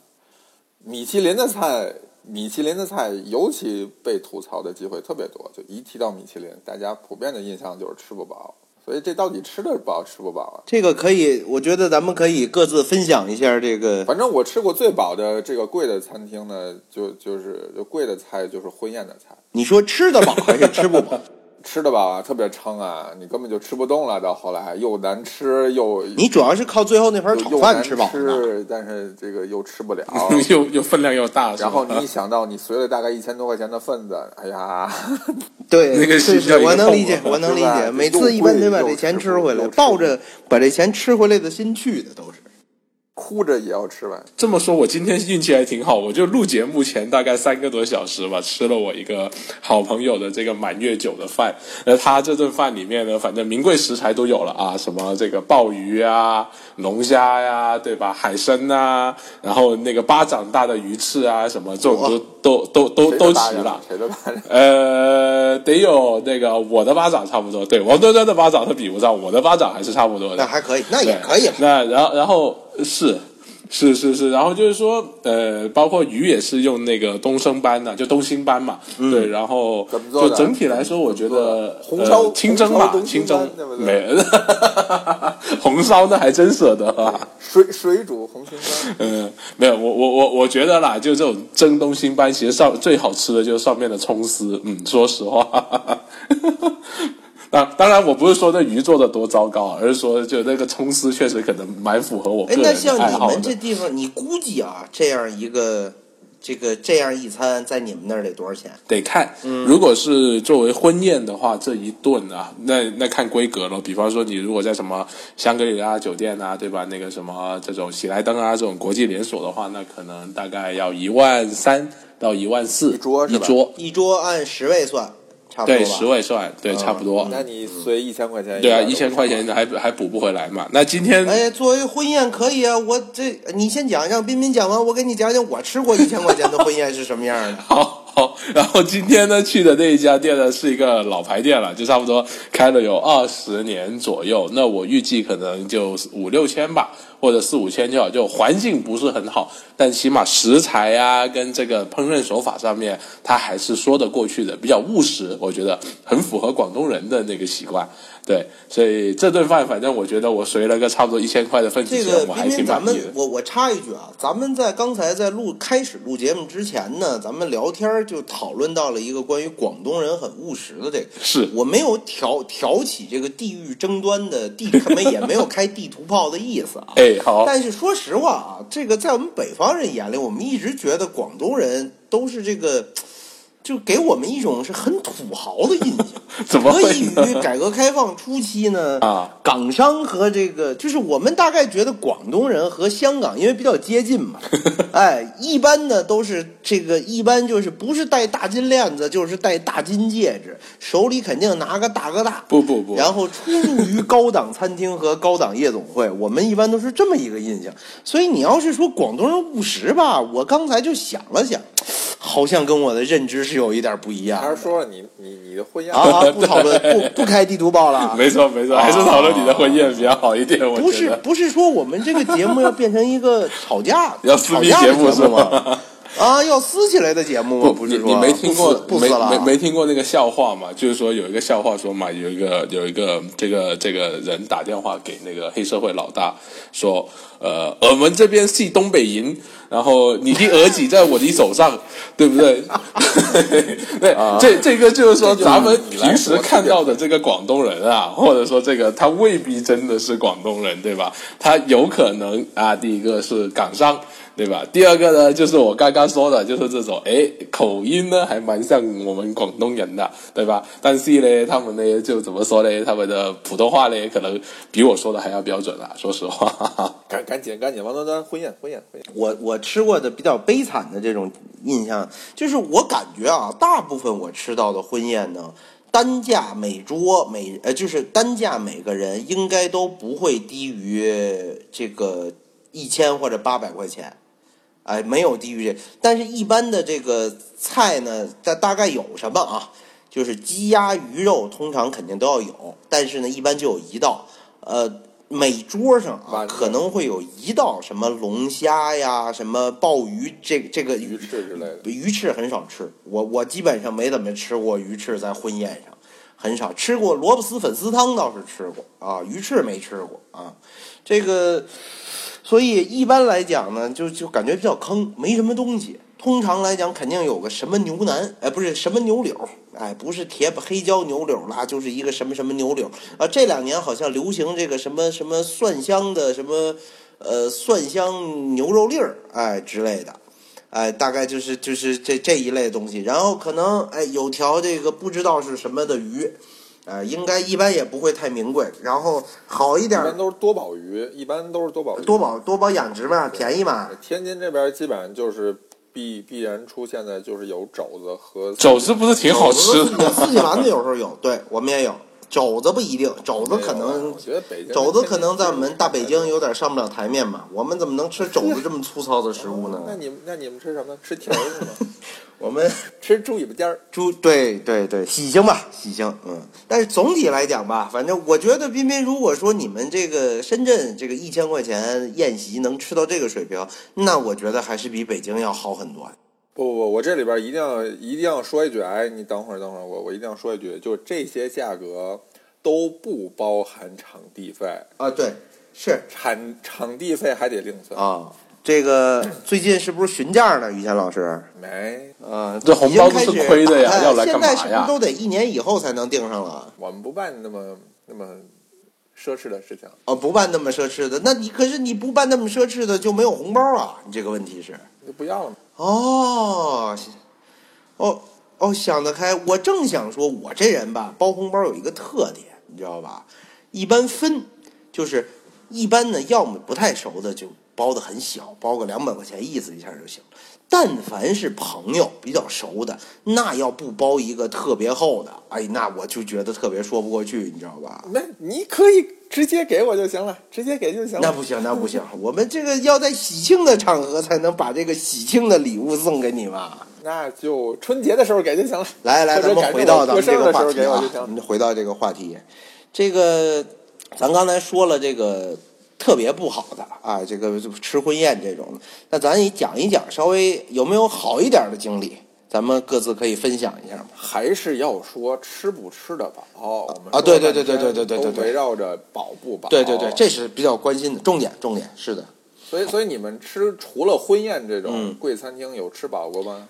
[SPEAKER 1] 米其林的菜，米其林的菜尤其被吐槽的机会特别多。就一提到米其林，大家普遍的印象就是吃不饱。所以这到底吃得饱吃不饱啊？
[SPEAKER 2] 这个可以，我觉得咱们可以各自分享一下这个。
[SPEAKER 1] 反正我吃过最饱的这个贵的餐厅呢，就就是就贵的菜就是婚宴的菜，
[SPEAKER 2] 你说吃得饱还是吃不饱？
[SPEAKER 1] 吃得饱啊，特别撑啊，你根本就吃不动了。到后来又难吃又
[SPEAKER 2] 你主要是靠最后那盘
[SPEAKER 1] 又
[SPEAKER 2] 炒
[SPEAKER 1] 又
[SPEAKER 2] 饭
[SPEAKER 1] 难
[SPEAKER 2] 吃饱的。
[SPEAKER 1] 吃，但是这个又吃不
[SPEAKER 2] [LAUGHS]
[SPEAKER 1] 了。
[SPEAKER 3] [LAUGHS] 又又分量又大，是吧
[SPEAKER 1] 哦然后你一想到你随了大概一千多块钱的份子，哎呀，
[SPEAKER 2] 对，
[SPEAKER 3] 那个
[SPEAKER 2] 是
[SPEAKER 3] 是
[SPEAKER 2] 是，
[SPEAKER 3] 叫一个
[SPEAKER 2] 我能
[SPEAKER 3] 缝
[SPEAKER 2] 理解
[SPEAKER 3] 啊，
[SPEAKER 2] 我能理
[SPEAKER 1] 是
[SPEAKER 2] 解。
[SPEAKER 1] 吧
[SPEAKER 2] 每
[SPEAKER 1] 又
[SPEAKER 2] 次一般
[SPEAKER 1] 贵
[SPEAKER 2] 得把
[SPEAKER 1] 又
[SPEAKER 2] 这钱
[SPEAKER 1] 吃
[SPEAKER 2] 吃
[SPEAKER 1] 不
[SPEAKER 2] 回
[SPEAKER 1] 又
[SPEAKER 2] 来，
[SPEAKER 1] 吃不
[SPEAKER 2] 抱着把这钱吃回来的心去的都是。
[SPEAKER 1] 哭着也要吃完。
[SPEAKER 3] 这么说，我今天运气还挺好，我就录节目前大概三个多小时吧，吃了我一个好朋友的这个满月酒的饭。那他这顿饭里面呢，反正名贵食材都有了啊，什么这个鲍鱼啊、龙虾呀、对吧？海参啊，然后那个巴掌大的鱼翅啊，什么这种都都都都
[SPEAKER 1] 谁
[SPEAKER 3] 都
[SPEAKER 1] 的大
[SPEAKER 3] 齐
[SPEAKER 1] 人
[SPEAKER 3] 了。
[SPEAKER 1] 谁的大人？
[SPEAKER 3] 呃，得有那个我的巴掌差不多，对，王端端的巴掌他比不上，我的巴掌还是差不多的。
[SPEAKER 2] 那还可以，那
[SPEAKER 3] 对
[SPEAKER 2] 也可以了。
[SPEAKER 3] 那然后然后是。是是是，然后就是说，呃，包括鱼也是用那个东升斑的，就东星斑嘛，对，然后
[SPEAKER 1] 嗯怎么做
[SPEAKER 3] 就
[SPEAKER 1] 的
[SPEAKER 3] 整体来说，我觉得
[SPEAKER 1] 红烧
[SPEAKER 3] 呃、清蒸
[SPEAKER 1] 红烧
[SPEAKER 3] 嘛，
[SPEAKER 1] 东星
[SPEAKER 3] 清蒸
[SPEAKER 1] 斑对不对
[SPEAKER 3] 没 [LAUGHS] 红烧那还真舍得、啊。
[SPEAKER 1] 水水煮红星斑，
[SPEAKER 3] 嗯，没有，我我我我觉得啦，就这种蒸东星斑，其实上最好吃的就是上面的葱丝。嗯，说实话， [LAUGHS] 那当然我不是说那鱼做的多糟糕啊，而是说就那个葱丝确实可能蛮符合我
[SPEAKER 2] 哎
[SPEAKER 3] 个，人
[SPEAKER 2] 那
[SPEAKER 3] 的
[SPEAKER 2] 像
[SPEAKER 3] 爱
[SPEAKER 2] 你
[SPEAKER 3] 好
[SPEAKER 2] 们
[SPEAKER 3] 的
[SPEAKER 2] 这。地方，你估计啊，这样一个这个这样一餐在你们那儿得多少钱？
[SPEAKER 3] 得看，
[SPEAKER 2] 嗯
[SPEAKER 3] 如果是作为婚宴的话，这一顿啊，那那看规格了。比方说，你如果在什么香格里拉酒店啊，对吧？那个什么这种喜来登啊，这种国际连锁的话，那可能大概要一万三到一万四
[SPEAKER 4] 一桌是
[SPEAKER 3] 一
[SPEAKER 4] 吧
[SPEAKER 3] 桌，
[SPEAKER 2] 一桌按十位算，差不多
[SPEAKER 3] 对，
[SPEAKER 2] 吧？嗯
[SPEAKER 3] 十位算，对， [LAUGHS] 差不多。
[SPEAKER 1] 那你随一千块钱，
[SPEAKER 3] 对啊，一千块钱还还补不回来嘛？那今天
[SPEAKER 2] 哎，作为婚宴可以啊，我这你先讲，让彬彬讲完，我给你讲讲我吃过一千块钱的婚宴是什么样的。
[SPEAKER 3] 好好，然后今天呢去的那一家店呢是一个老牌店了，就差不多开了有二十年左右。那我预计可能就五六千吧，或者四五千就好。就环境不是很好，但起码食材啊跟这个烹饪手法上面，它还是说得过去的，比较务实，我觉得很符合广东人的那个习惯。对，所以这顿饭反正我觉得我随了个差不多一千块的份子
[SPEAKER 2] 这
[SPEAKER 3] 钱，
[SPEAKER 2] 个彬
[SPEAKER 3] 我还挺
[SPEAKER 2] 彬，咱
[SPEAKER 3] 满
[SPEAKER 2] 们
[SPEAKER 3] 意的。
[SPEAKER 2] 我我插一句啊，咱们在刚才在录开始录节目之前呢，咱们聊天儿就讨论到了一个关于广东人很务实的这个，
[SPEAKER 3] 是
[SPEAKER 2] 我没有挑挑起这个地域争端的地，他们也没有开地图炮的意思啊。
[SPEAKER 3] 哎，好，
[SPEAKER 2] 但是说实话啊，这个在我们北方人眼里，我们一直觉得广东人都是这个，就给我们一种是很土豪的印象。
[SPEAKER 3] [LAUGHS] 怎么
[SPEAKER 2] 所
[SPEAKER 3] 会
[SPEAKER 2] 以
[SPEAKER 3] 呢
[SPEAKER 2] 于改革开放初期呢，
[SPEAKER 3] 啊，
[SPEAKER 2] 港商和这个就是我们大概觉得广东人和香港因为比较接近
[SPEAKER 3] [LAUGHS]
[SPEAKER 2] 嘛，哎，一般呢都是这个一般就是不是戴大金链子就是戴大金戒指，手里肯定拿个大哥大。
[SPEAKER 3] 不不不，
[SPEAKER 2] 然后出入于高档餐厅和高档夜总会，我们一般都是这么一个印象。所以你要是说广东人务实吧，我刚才就想了想，好像跟我的认知是有一点不一样
[SPEAKER 1] 还是说说你你你的婚宴
[SPEAKER 2] 啊啊！不讨论，不不开地图报了啊。
[SPEAKER 3] [LAUGHS] 没错没错，还是讨论你的婚宴比较好一点，我
[SPEAKER 2] 不
[SPEAKER 3] 觉
[SPEAKER 2] 是
[SPEAKER 3] 得。
[SPEAKER 2] 不是说我们这个节目要变成一个吵架
[SPEAKER 3] [LAUGHS] 要撕
[SPEAKER 2] 吵
[SPEAKER 3] 逼
[SPEAKER 2] 架的
[SPEAKER 3] 节
[SPEAKER 2] 节
[SPEAKER 3] 目是吗
[SPEAKER 2] 吗？啊，要撕起来的节目吗不是
[SPEAKER 3] 你
[SPEAKER 2] 说
[SPEAKER 3] 你没听过
[SPEAKER 2] 不撕不
[SPEAKER 3] 没
[SPEAKER 2] 撕了啊
[SPEAKER 3] 没没听过那个笑话嘛？就是说有一个笑话说嘛，有一个有一个这个这个人打电话给那个黑社会老大说，呃，我们这边系东北营，然后你的额己在我的手上，对不对？ [LAUGHS] 对，
[SPEAKER 2] 啊
[SPEAKER 3] 这这个就是说咱们平时看到的这个广东人啊，或者说这个他未必真的是广东人，对吧？他有可能啊，第一个是港商。对吧？第二个呢，就是我刚刚说的，就是这种，哎，口音呢还蛮像我们广东人的，对吧？但是呢，他们呢就怎么说呢？他们的普通话呢，可能比我说的还要标准啊，说实话。 [LAUGHS]
[SPEAKER 1] 赶赶紧赶紧，王端端婚宴婚宴婚宴，
[SPEAKER 2] 我我吃过的比较悲惨的这种印象，就是我感觉啊，大部分我吃到的婚宴呢，单价每桌每呃就是单价每个人应该都不会低于这个一千或者八百块钱。哎，没有低于这，但是一般的这个菜呢，大大概有什么啊？就是鸡鸭鱼肉，通常肯定都要有，但是呢，一般就有一道，呃，每桌上啊，
[SPEAKER 1] 晚上
[SPEAKER 2] 可能会有一道什么龙虾呀，什么鲍鱼，这这个
[SPEAKER 1] 鱼翅之类的。
[SPEAKER 2] 鱼翅很少吃，我我基本上没怎么吃过鱼翅，在婚宴上很少吃过萝卜丝粉丝汤倒是吃过啊，鱼翅没吃过啊。这个，所以一般来讲呢，就就感觉比较坑，没什么东西。通常来讲，肯定有个什么牛腩，哎，不是什么牛柳，哎，不是铁板黑椒牛柳啦，就是一个什么什么牛柳啊。这两年好像流行这个什么什么蒜香的什么，呃，蒜香牛肉粒儿，哎之类的。哎，大概就是就是这这一类东西，然后可能哎有条这个不知道是什么的鱼，呃，应该一般也不会太名贵，然后好一点
[SPEAKER 1] 一
[SPEAKER 2] 儿
[SPEAKER 1] 般都是多宝鱼，一般都是多宝鱼。
[SPEAKER 2] 啊多宝多宝养殖嘛，便宜嘛，
[SPEAKER 1] 天津这边基本上就是必必然出现的，就是有肘子和
[SPEAKER 3] 肘子不是挺好吃的？
[SPEAKER 2] 有四季丸子有时候有，对我们也有。肘子不一定，肘子可能
[SPEAKER 1] 我觉得北京
[SPEAKER 2] 肘子可能在我们大北京有点上不了台面吧。我们怎么能吃肘子这么粗糙的食物
[SPEAKER 1] 那
[SPEAKER 2] 呢？
[SPEAKER 1] 你们那你们吃什么？吃蹄儿是吗？ [LAUGHS]
[SPEAKER 2] 我们
[SPEAKER 1] 吃猪尾巴尖儿。
[SPEAKER 2] 猪对对对，喜庆吧，喜庆，嗯。但是总体来讲吧，反正我觉得彬彬，如果说你们这个深圳这个一千块钱宴席能吃到这个水平，那我觉得还是比北京要好很多。
[SPEAKER 1] 不不不，我这里边一定要一定要说一句，哎，你等会儿等会儿，我我一定要说一句，就是这些价格都不包含场地费，
[SPEAKER 2] 啊，对，是
[SPEAKER 1] 产场地费还得另算。
[SPEAKER 2] 啊，这个最近是不是询价呢？于谦老师，
[SPEAKER 1] 没，
[SPEAKER 2] 啊，
[SPEAKER 3] 呃这红包都是亏的呀
[SPEAKER 2] 已经开始
[SPEAKER 3] 要来干
[SPEAKER 2] 现
[SPEAKER 3] 嘛呀
[SPEAKER 2] 在是不是都得一年以后才能定上了？
[SPEAKER 1] 我们不办那么那么奢侈的事情。
[SPEAKER 2] 哦，不办那么奢侈的，那你可是你不办那么奢侈的就没有红包啊？你这个问题是。
[SPEAKER 1] 就不要了嘛。
[SPEAKER 5] 哦，
[SPEAKER 2] 哦哦，想得开。我正想说，我这人吧，包红包有一个特点，你知道吧？一般分，就是一般呢，要么不太熟的就包的很小，包个两百块钱，意思一下就行。但凡是朋友比较熟的，那要不包一个特别厚的，哎，那我就觉得特别说不过去，你知道吧？
[SPEAKER 1] 那你可以直接给我就行了，直接给就行
[SPEAKER 2] 那
[SPEAKER 1] 了。
[SPEAKER 2] 不行，那不行，我们这个要在喜庆的场合才能把这个喜庆的礼物送给你嘛。
[SPEAKER 1] 那就春节的时候给就行了。
[SPEAKER 2] 来来，
[SPEAKER 1] 或者
[SPEAKER 2] 咱们
[SPEAKER 1] 改
[SPEAKER 2] 回
[SPEAKER 1] 成我
[SPEAKER 2] 到咱们这
[SPEAKER 1] 过生日的
[SPEAKER 2] 个
[SPEAKER 1] 时
[SPEAKER 2] 话
[SPEAKER 1] 候
[SPEAKER 2] 题
[SPEAKER 1] 给我
[SPEAKER 2] 啊
[SPEAKER 1] 就，行
[SPEAKER 2] 咱们回到这个话题，这个咱刚才说了这个特别不好的啊，这个就吃婚宴这种的，那咱也讲一讲，稍微有没有好一点的经历，咱们各自可以分享一下嘛。
[SPEAKER 1] 还是要说吃不吃得饱。我们说
[SPEAKER 2] 啊对对对
[SPEAKER 1] 半
[SPEAKER 2] 对
[SPEAKER 1] 天
[SPEAKER 2] 对对对对
[SPEAKER 1] 都
[SPEAKER 2] 对
[SPEAKER 1] 围绕着饱不饱。
[SPEAKER 2] 对对对，这是比较关心的重点，重点是的。
[SPEAKER 1] 所以所以你们吃除了婚宴这
[SPEAKER 2] 嗯
[SPEAKER 1] 种贵餐厅有吃饱过吗？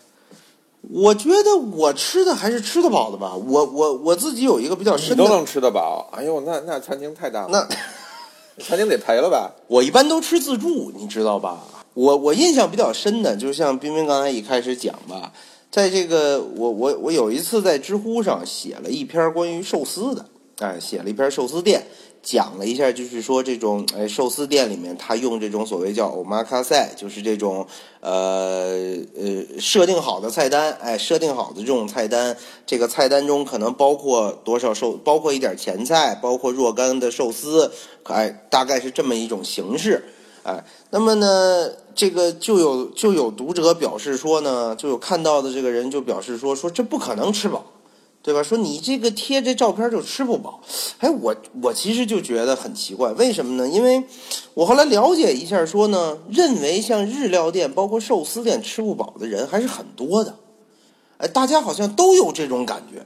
[SPEAKER 2] 我觉得我吃的还是吃得饱的吧，我我我自己有一个比较
[SPEAKER 1] 你
[SPEAKER 2] 深
[SPEAKER 1] 都
[SPEAKER 2] 啊的，
[SPEAKER 1] 能吃得饱？哎呦，那那餐厅太大了，
[SPEAKER 2] 那
[SPEAKER 1] [LAUGHS] 餐厅得赔了吧？
[SPEAKER 2] 我一般都吃自助，你知道吧？我我印象比较深的，就像冰冰刚才一开始讲吧，在这个我我我有一次在知乎上写了一篇关于寿司的，哎，写了一篇寿司店，讲了一下，就是说这种哎寿司店里面，他用这种所谓叫 omakase，就是这种呃呃设定好的菜单，哎，设定好的这种菜单，这个菜单中可能包括多少寿，包括一点前菜，包括若干的寿司，哎，大概是这么一种形式。哎，那么呢，这个就有就有读者表示说呢，就有看到的这个人就表示说，说这不可能吃饱，对吧？说你这个贴这照片就吃不饱。哎，我我其实就觉得很奇怪，为什么呢？因为我后来了解一下说呢，认为像日料店包括寿司店吃不饱的人还是很多的。哎，大家好像都有这种感觉。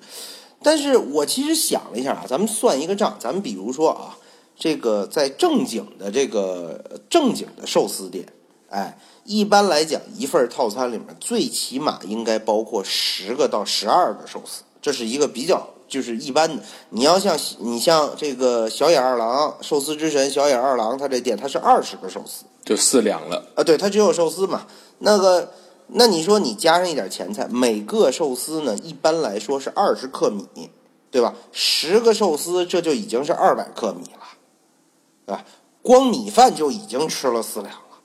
[SPEAKER 2] 但是我其实想了一下啊，咱们算一个账，咱们比如说啊，这个在正经的这个呃正经的寿司店，哎，一般来讲一份套餐里面最起码应该包括十个到十二个寿司，这是一个比较就是一般的。你要像你像这个小野二郎寿司之神小野二郎，他这店他是二十个寿司。
[SPEAKER 3] 就四两了。
[SPEAKER 2] 啊，对，它只有寿司嘛。那个，那你说你加上一点前菜，每个寿司呢，一般来说是二十克米，对吧？十个寿司这就已经是二百克米了，啊，光米饭就已经吃了四两了，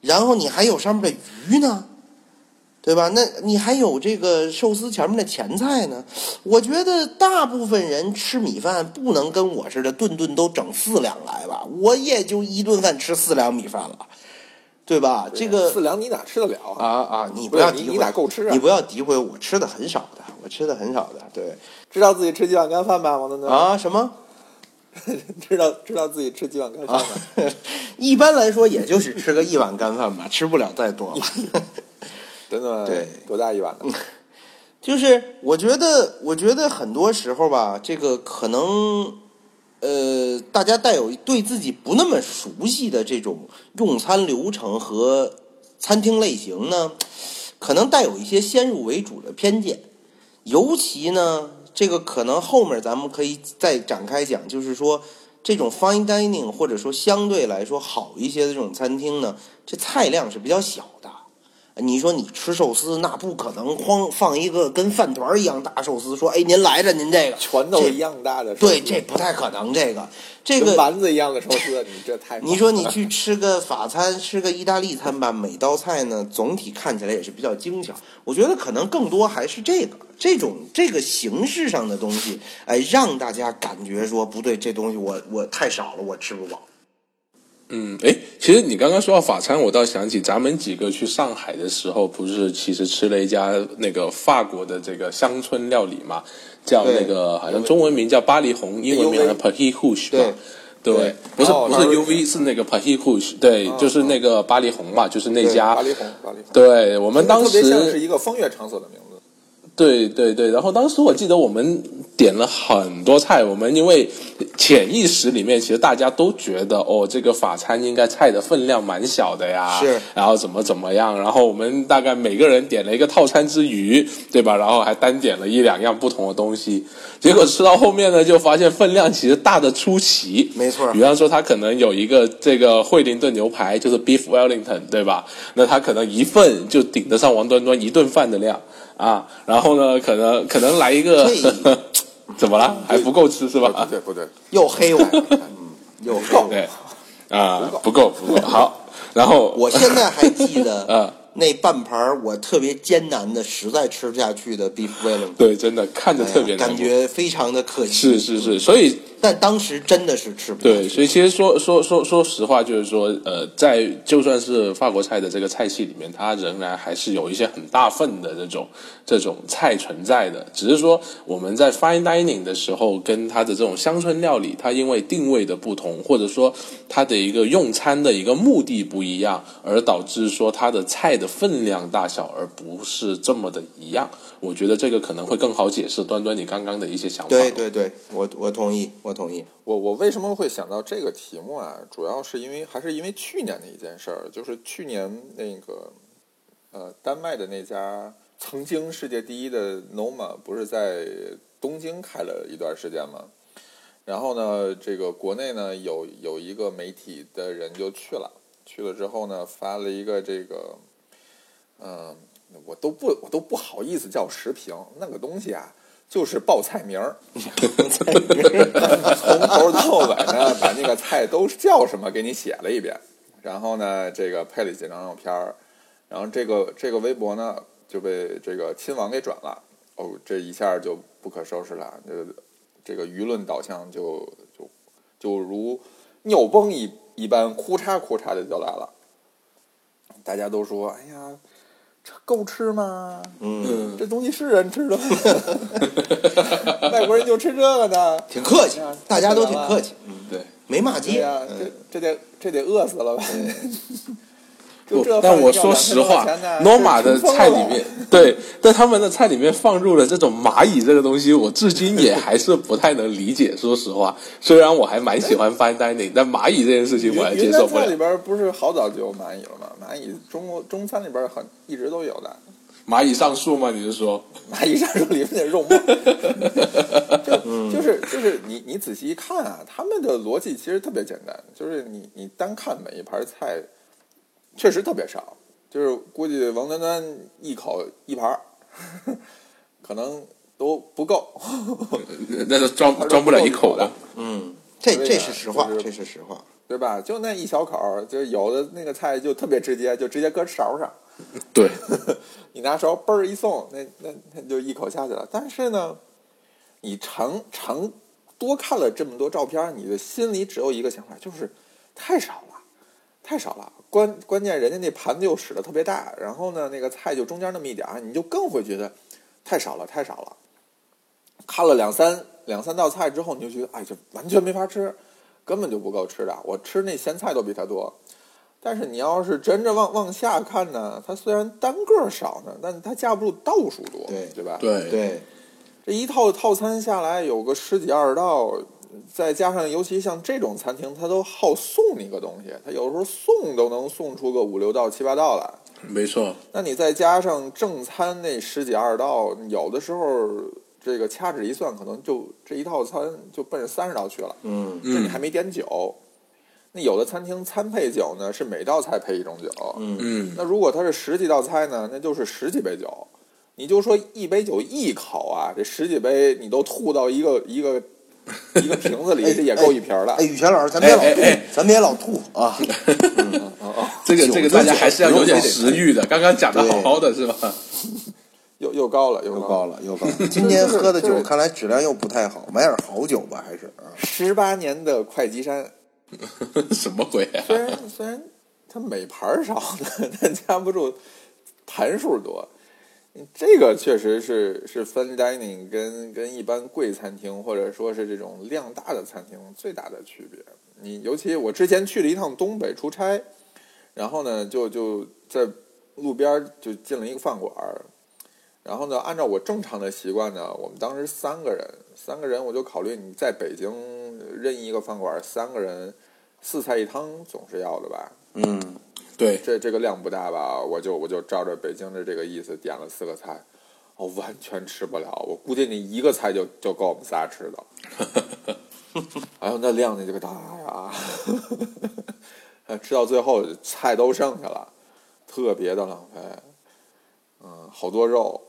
[SPEAKER 2] 然后你还有上面的鱼呢。对吧？那你还有这个寿司前面的前菜呢？我觉得大部分人吃米饭不能跟我似的，顿顿都整四两来吧。我也就一顿饭吃四两米饭了，对吧？ [LAUGHS] 这个
[SPEAKER 1] 四两你哪吃得了啊？
[SPEAKER 2] 啊啊！你
[SPEAKER 1] 不
[SPEAKER 2] 不要
[SPEAKER 1] 是
[SPEAKER 2] 诋
[SPEAKER 1] 你
[SPEAKER 2] 毁，
[SPEAKER 1] 你哪够吃啊
[SPEAKER 2] 你不要诋毁我，吃的很少的，我吃的很少的。对
[SPEAKER 1] 知道自己吃几碗干饭吧，王东东？
[SPEAKER 2] 啊，什么
[SPEAKER 1] [LAUGHS] 知道知道自己吃几碗干饭
[SPEAKER 2] 啊
[SPEAKER 1] 吧？？
[SPEAKER 2] 一般来说，也就是吃个一碗干饭吧， [LAUGHS] 吃不了再多了。
[SPEAKER 1] 真的，
[SPEAKER 2] 对嗯
[SPEAKER 1] 多大一碗呢？
[SPEAKER 2] 就是我觉得，我觉得很多时候吧，这个可能，呃，大家带有对自己不那么熟悉的这种用餐流程和餐厅类型呢，可能带有一些先入为主的偏见，尤其呢，这个可能后面咱们可以再展开讲，就是说。这种 fine dining 或者说相对来说好一些的这种餐厅呢，这菜量是比较小的，你说你吃寿司，那不可能光放一个跟饭团儿一样大寿司，说哎您来着您这个
[SPEAKER 1] 全都
[SPEAKER 2] 这
[SPEAKER 1] 一样大的寿司，
[SPEAKER 3] 嗯
[SPEAKER 2] 对，这不太可能。这个这
[SPEAKER 1] 跟
[SPEAKER 2] 个，
[SPEAKER 1] 丸子一样的寿司，你这太
[SPEAKER 2] 你说你去吃个法餐，吃个意大利餐吧，每道菜呢总体看起来也是比较精巧。我觉得可能更多还是这个这种这个形式上的东西，哎，让大家感觉说不对，这东西我我太少了，我吃不饱。
[SPEAKER 3] 嗯，哎，其实你刚刚说到法餐，我倒想起咱们几个去上海的时候，不是其实吃了一家那个法国的这个乡村料理嘛，叫那个好像中文名叫巴黎红，英文名好像 p a h i h u s h
[SPEAKER 2] 对
[SPEAKER 3] 吧。对，不是
[SPEAKER 1] 哦
[SPEAKER 3] 不
[SPEAKER 1] 巴
[SPEAKER 3] 是
[SPEAKER 1] 黎
[SPEAKER 3] U V，是那个 p a h i h u s h 对，就是那个巴黎红嘛，就是那家
[SPEAKER 2] 啊
[SPEAKER 1] 巴。黎红，巴黎红，
[SPEAKER 3] 对我们当
[SPEAKER 1] 特别像是
[SPEAKER 3] 时
[SPEAKER 1] 一个风月场所的名字。
[SPEAKER 3] 对对对，然后当时我记得我们点了很多菜，我们因为潜意识里面其实大家都觉得哦，这个法餐应该菜的分量蛮小的呀，
[SPEAKER 5] 是
[SPEAKER 3] 然后怎么怎么样，然后我们大概每个人点了一个套餐之余，对吧？然后还单点了一两样不同的东西，结果吃到后面呢，就发现分量其实大的出奇，
[SPEAKER 5] 没错
[SPEAKER 3] 比方说他可能有一个这个惠灵顿牛排，就是 Beef Wellington，对吧？那他可能一份就顶得上王端端一顿饭的量。啊，然后呢，可能可能来一个
[SPEAKER 5] 这，
[SPEAKER 3] [LAUGHS] 怎么了？还不够吃是
[SPEAKER 1] 不
[SPEAKER 3] 吧？
[SPEAKER 1] 对不对，
[SPEAKER 5] 又黑我，
[SPEAKER 3] [LAUGHS]
[SPEAKER 5] 嗯又黑我。
[SPEAKER 3] 对，啊，不够不够，好，然后
[SPEAKER 5] 我现在还记
[SPEAKER 3] [LAUGHS] 嗯
[SPEAKER 5] 得那半盘儿我特别艰难的，实在吃不下去的 beef wellington，
[SPEAKER 3] 对，真的看着
[SPEAKER 5] 哎呀
[SPEAKER 3] [LAUGHS] 特别
[SPEAKER 5] 感
[SPEAKER 3] 难过
[SPEAKER 5] 觉非常的可惜。
[SPEAKER 3] 是是是，所以
[SPEAKER 5] 但当时真的是吃不下
[SPEAKER 3] 对，
[SPEAKER 5] 去。
[SPEAKER 3] 所以其实说说说说实话，就是说，呃，在就算是法国菜的这个菜系里面，它仍然还是有一些很大份的这种这种菜存在的。只是说我们在 fine dining 的时候，跟它的这种乡村料理，它因为定位的不同，或者说它的一个用餐的一个目的不一样，而导致说它的菜的分量大小，而不是这么的一样。我觉得这个可能会更好解释端端你刚刚的一些想法。
[SPEAKER 5] 对对对，我我同意，我同意。
[SPEAKER 1] 我我为什么会想到这个题目啊？主要是因为还是因为去年的一件事儿，就是去年那个呃丹麦的那家曾经世界第一的 Noma 不是在东京开了一段时间吗？然后呢，这个国内呢有有一个媒体的人就去了，去了之后呢发了一个这个，嗯、我都不我都不好意思叫食评那个东西啊，就是报菜名儿。 [LAUGHS] 从头到尾呢，把那个菜都叫什么给你写了一遍，然后呢，这个配了几张照片儿，然后这个这个微博呢就被这个亲王给转了，哦，这一下就不可收拾了，这个这个舆论导向就就就如尿崩一一般，哭嚓哭嚓的就来了，大家都说，哎呀，这够吃吗？
[SPEAKER 5] 嗯，
[SPEAKER 1] 这东西是人吃的吗？ [LAUGHS] 外国人就吃这个呢。
[SPEAKER 5] 挺客气
[SPEAKER 1] 对啊，
[SPEAKER 5] 大家都挺嗯客气，嗯
[SPEAKER 3] 对。
[SPEAKER 5] 没骂
[SPEAKER 1] 对
[SPEAKER 5] 街。
[SPEAKER 1] 哎呀、
[SPEAKER 5] 嗯
[SPEAKER 1] 这这得这得饿死
[SPEAKER 3] [LAUGHS]
[SPEAKER 1] 了吧？就
[SPEAKER 3] 不
[SPEAKER 1] 这，
[SPEAKER 3] 但
[SPEAKER 1] 饭
[SPEAKER 3] 我
[SPEAKER 1] 要
[SPEAKER 3] 说
[SPEAKER 1] 两千
[SPEAKER 3] 实
[SPEAKER 1] 多块
[SPEAKER 3] 话
[SPEAKER 1] 钱呢
[SPEAKER 3] ，Norma 的
[SPEAKER 1] 吃疯了
[SPEAKER 3] 菜里
[SPEAKER 1] [LAUGHS]
[SPEAKER 3] 面，对，在他们的菜里面放入了这种蚂蚁这个东西，我至今也还是不太能理解。说实话，虽然我还蛮喜欢 fine dining，但蚂蚁这件事情我还
[SPEAKER 1] 云
[SPEAKER 3] 接
[SPEAKER 1] 云
[SPEAKER 3] 受
[SPEAKER 1] 南
[SPEAKER 3] 不
[SPEAKER 1] 菜
[SPEAKER 3] 了
[SPEAKER 1] 里。边儿不是好早就有蚂蚁了吗？蚂蚁中国中餐里边儿很一直都有的，
[SPEAKER 3] 蚂蚁上树吗？你是说？
[SPEAKER 1] 蚂蚁上树里面的肉末， [LAUGHS]
[SPEAKER 3] 嗯
[SPEAKER 1] 就就是就是你你仔细一看啊，他们的逻辑其实特别简单，就是你你单看每一盘菜，确实特别少，就是估计王端端一口一盘儿， [LAUGHS] 可能都不够。
[SPEAKER 3] 那就装装不了一口吧？
[SPEAKER 5] 嗯，这
[SPEAKER 1] 对呀
[SPEAKER 5] 这是实话
[SPEAKER 1] 就，是
[SPEAKER 5] 这是实话。
[SPEAKER 1] 对吧？就那一小口儿，就有的那个菜就特别直接，就直接搁勺上， [LAUGHS]
[SPEAKER 3] 对，
[SPEAKER 1] 你拿勺嘣儿一送，那那那就一口下去了。但是呢，你常常多看了这么多照片儿，你的心里只有一个想法，就是太少了，太少了。关关键人家那盘子又使得特别大，然后呢，那个菜就中间那么一点儿，你就更会觉得太少了，太少了。看了两三两三道菜之后，你就觉得，哎，这完全没法吃，根本就不够吃的。我吃那咸菜都比它多。但是你要是真着往往下看呢，它虽然单个儿少呢，但是它架不住道数多，
[SPEAKER 5] 对
[SPEAKER 1] 对吧？
[SPEAKER 3] 对，
[SPEAKER 5] 对，
[SPEAKER 1] 这一套套餐下来有个十几二十道，再加上尤其像这种餐厅，它都好送你个东西，它有时候送都能送出个五六道、七八道来。
[SPEAKER 3] 没错，
[SPEAKER 1] 那你再加上正餐那十几二十道，有的时候这个掐指一算，可能就这一套餐就奔着三十道去了。
[SPEAKER 5] 嗯，
[SPEAKER 1] 那你还没点酒，那有的餐厅餐配酒呢，是每道菜配一种酒。嗯，
[SPEAKER 3] 嗯，
[SPEAKER 1] 那如果它是十几道菜呢，那就是十几杯酒。你就说一杯酒一口啊，这十几杯你都吐到一个一个一个瓶 [LAUGHS] 子里，这也够一瓶儿了
[SPEAKER 5] 哎，。宇泉老师，咱别老
[SPEAKER 3] 哎哎哎
[SPEAKER 5] 吐，咱别老吐啊。
[SPEAKER 3] 这个这个大家还是要有点
[SPEAKER 5] 酒
[SPEAKER 3] 食欲的。刚刚讲的好好的是吧？ [LAUGHS]
[SPEAKER 1] 又又高了，又
[SPEAKER 5] 又
[SPEAKER 1] 高
[SPEAKER 5] 高
[SPEAKER 1] 了。
[SPEAKER 5] 了，又高 [LAUGHS] 了。今天喝的
[SPEAKER 1] 就
[SPEAKER 5] 酒
[SPEAKER 1] 是
[SPEAKER 5] 看来质量又不太好，买点好酒吧，还是啊。
[SPEAKER 1] 十八年的会稽山，
[SPEAKER 3] 什么鬼啊？
[SPEAKER 1] 虽然虽然它每盘儿少呢， [LAUGHS] 但架不住盘数多。这个确实是是 fine dining 跟跟一般贵餐厅或者说是这种量大的餐厅最大的区别。你尤其我之前去了一趟东北出差，然后呢就就在路边儿就进了一个饭馆儿，然后呢，按照我正常的习惯呢，我们当时三个人，三个人我就考虑你在北京任意一个饭馆，三个人四菜一汤总是要的吧？
[SPEAKER 3] 嗯，对，
[SPEAKER 1] 这这个量不大吧？我就我就照着北京的这个意思点了四个菜，我、完全吃不了，我估计你一个菜就就够我们仨吃的。 [LAUGHS] 哎呦，那量那就个大呀！ [LAUGHS] 呃吃到最后菜都剩下了，特别的浪费。嗯，好多肉，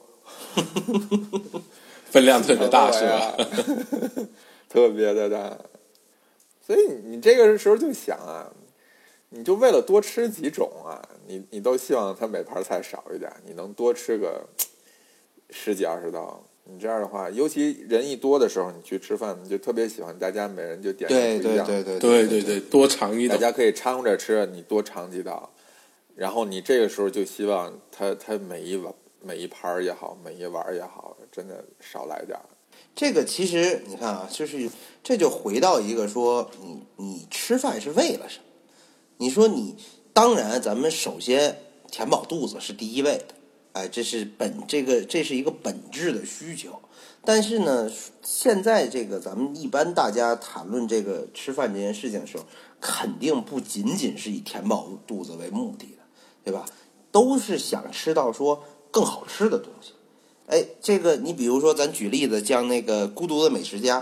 [SPEAKER 3] 分量特别大是吧？
[SPEAKER 1] 吧？哦啊 [LAUGHS] 特别的大，所以你这个时候就想啊，你就为了多吃几种啊，你你都希望它每盘菜少一点，你能多吃个十几二十道。你这样的话，尤其人一多的时候，你去吃饭，你就特别喜欢大家每人就点
[SPEAKER 2] 对
[SPEAKER 1] 一不一
[SPEAKER 2] 对
[SPEAKER 1] 样，
[SPEAKER 2] 对对
[SPEAKER 3] 对对对，多尝一
[SPEAKER 1] 大
[SPEAKER 3] 点。
[SPEAKER 1] 家可以掺和着吃，你多尝几道，然后你这个时候就希望它它每一碗每一盘儿也好，每一碗儿也好，真的少来点儿。
[SPEAKER 2] 这个其实你看啊，就是这就回到一个说，你你吃饭是为了什么？你说你当然，咱们首先填饱肚子是第一位的，哎，这是本这个这是一个本质的需求。但是呢，现在这个咱们一般大家谈论这个吃饭这件事情的时候，肯定不仅仅是以填饱肚子为目的的，对吧？都是想吃到说更好吃的东西。哎，这个你比如说，咱举例子，像那个《孤独的美食家》，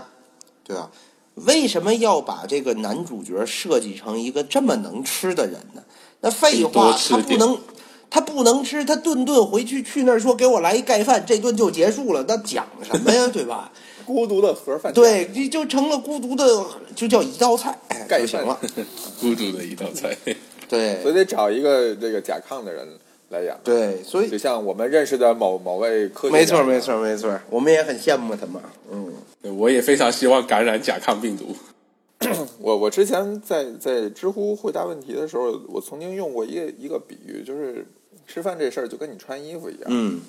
[SPEAKER 2] 对吧？为什么要把这个男主角设计成一个这么能吃的人呢？那废
[SPEAKER 3] 多
[SPEAKER 2] 话，
[SPEAKER 3] 吃
[SPEAKER 2] 他不
[SPEAKER 3] 点
[SPEAKER 2] 能，他不能吃，他顿顿回去去那儿说给我来一盖饭，这顿就结束了，那讲什么呀，对吧？
[SPEAKER 1] 孤独的盒饭店
[SPEAKER 2] 对，你就成了孤独的，就叫一道菜哎
[SPEAKER 1] 盖
[SPEAKER 2] 就行
[SPEAKER 1] 饭
[SPEAKER 2] 了。
[SPEAKER 3] 孤独的一道菜，
[SPEAKER 1] 所以
[SPEAKER 2] 对
[SPEAKER 1] 得找一个这个甲亢的人来演。，
[SPEAKER 2] 对，所以
[SPEAKER 1] 就像我们认识的某某位科学家，
[SPEAKER 2] 没错没。错没错，我们也很羡慕他们。嗯，
[SPEAKER 3] 我也非常希望感染甲亢病毒。
[SPEAKER 1] 我我之前在在知乎回答问题的时候，我曾经用过一个一个比喻，就是吃饭这事儿就跟你穿衣服一样。
[SPEAKER 2] 嗯，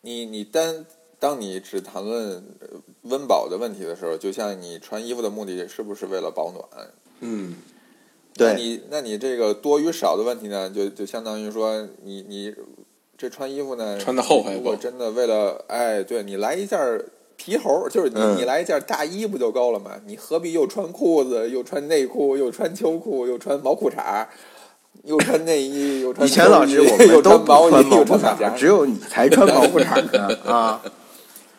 [SPEAKER 1] 你你单当你只谈论呃温饱的问题的时候，就像你穿衣服的目的是不是为了保暖？
[SPEAKER 3] 嗯，
[SPEAKER 1] 那
[SPEAKER 2] 对，
[SPEAKER 1] 你那你这个多与少的问题呢，就就相当于说你你这穿衣服呢，
[SPEAKER 3] 穿得厚还
[SPEAKER 1] 如果
[SPEAKER 3] 薄
[SPEAKER 1] 真的为了哎，对你来一件儿皮猴儿，就是你、
[SPEAKER 2] 嗯
[SPEAKER 1] 你来一件儿大衣不就够了吗？你何必又穿裤子，又穿内裤，又穿秋裤，又穿毛裤衩儿，又穿内衣，又穿
[SPEAKER 2] 以前老
[SPEAKER 1] 秋
[SPEAKER 2] 师
[SPEAKER 1] 衣
[SPEAKER 2] [LAUGHS] 我们
[SPEAKER 1] 又
[SPEAKER 2] 都
[SPEAKER 1] 穿
[SPEAKER 2] 不
[SPEAKER 1] 毛衣，
[SPEAKER 2] 穿毛
[SPEAKER 1] 又
[SPEAKER 2] 裤
[SPEAKER 1] 穿马
[SPEAKER 2] 衩，
[SPEAKER 1] 甲。
[SPEAKER 2] 只有你才穿毛裤衩呢 [LAUGHS] 啊！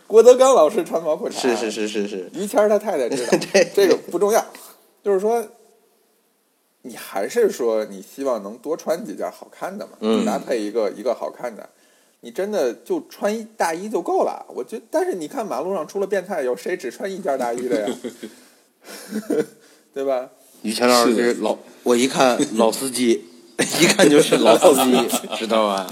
[SPEAKER 1] 郭德纲老师穿毛裤衩，
[SPEAKER 2] 是是是是是，
[SPEAKER 1] 于谦儿他太太知道
[SPEAKER 2] [LAUGHS] 对，
[SPEAKER 1] 这个不重要，就是说，你还是说你希望能多穿几件好看的嘛，
[SPEAKER 2] 嗯
[SPEAKER 1] 搭配一个一个好看的，你真的就穿一大衣就够了。我觉得，但是你看马路上除了变态，有谁只穿一件大衣的呀？ [LAUGHS] 对吧？
[SPEAKER 2] 于谦老
[SPEAKER 3] 是
[SPEAKER 2] 师老，我一看 [LAUGHS] 老司机，一看就是老司机， [LAUGHS] 知道吧？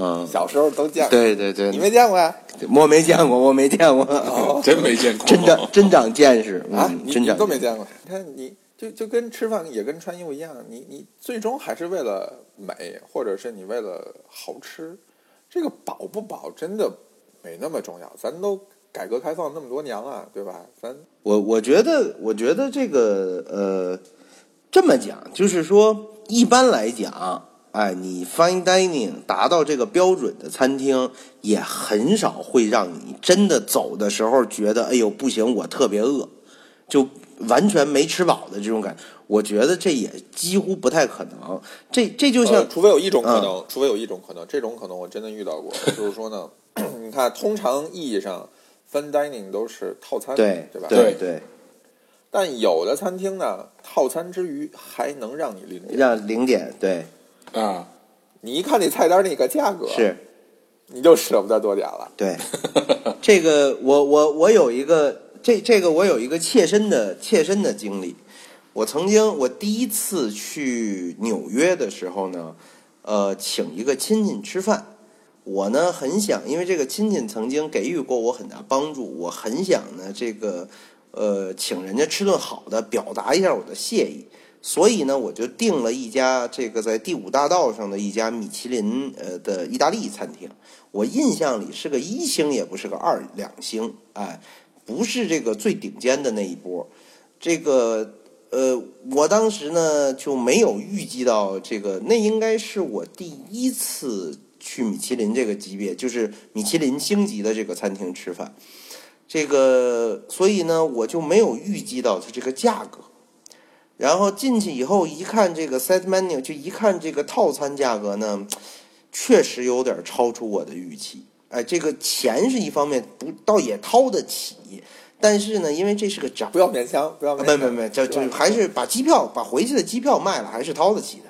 [SPEAKER 2] 嗯，
[SPEAKER 1] 小时候都见过，
[SPEAKER 2] 对对
[SPEAKER 1] 你
[SPEAKER 2] 对，
[SPEAKER 1] 没见过呀？
[SPEAKER 2] 我没见过，我没见过，
[SPEAKER 3] 真没见过。
[SPEAKER 2] 真长真长见识
[SPEAKER 1] 啊，
[SPEAKER 2] 嗯，
[SPEAKER 1] 你
[SPEAKER 2] 真
[SPEAKER 1] 你
[SPEAKER 2] 长
[SPEAKER 1] 都没见过。你看，你就就跟吃饭也跟穿衣服一样，你你最终还是为了美，或者是你为了好吃，这个饱不饱真的没那么重要。咱都改革开放那么多年了，对吧？咱
[SPEAKER 2] 我我觉得，我觉得这个呃，这么讲，就是说，一般来讲，哎，你 fine dining 达到这个标准的餐厅，也很少会让你真的走的时候觉得，哎呦，不行，我特别饿，就完全没吃饱的这种感觉。我觉得这也几乎不太可能。这这就像
[SPEAKER 1] 呃，除非有一种可
[SPEAKER 2] 嗯
[SPEAKER 1] 能，除非有一种可能，这种可能我真的遇到过，就是说呢， [CLEARS THROAT] 你看，通常意义上。fine dining 都呃是套餐，
[SPEAKER 2] 对
[SPEAKER 1] 吧？
[SPEAKER 2] 对对，
[SPEAKER 1] 但有的餐厅呢，套餐之余还能让你零点。
[SPEAKER 2] 让零点对
[SPEAKER 3] [LAUGHS] 啊，
[SPEAKER 1] 你一看那菜单那个价格，
[SPEAKER 2] 是。
[SPEAKER 1] 你就舍不得多点了。
[SPEAKER 2] 对，这个我我我有一个这这个我有一个切身的切身的经历。我曾经我第一次去纽约的时候呢，呃，请一个亲戚吃饭，我呢很想，因为这个亲戚曾经给予过我很大帮助，我很想呢这个呃请人家吃顿好的，表达一下我的谢意。所以呢，我就订了一家这个在第五大道上的一家米其林呃的意大利餐厅。我印象里是个一星，也不是个二两星，哎，不是这个最顶尖的那一波。这个呃，我当时呢就没有预计到这个，那应该是我第一次去米其林这个级别，就是米其林星级的这个餐厅吃饭。这个，所以呢，我就没有预计到它这个价格。然后进去以后一看这个 set menu，就一看这个套餐价格呢，确实有点超出我的预期。哎，这个钱是一方面，不倒也掏得起，但是呢，因为这是个展
[SPEAKER 1] 不要勉强，不要勉
[SPEAKER 2] 啊，没
[SPEAKER 1] 强。
[SPEAKER 2] 没没，这
[SPEAKER 1] 对
[SPEAKER 2] 这
[SPEAKER 1] 吧
[SPEAKER 2] 还是把机票把回去的机票卖了，还是掏得起的。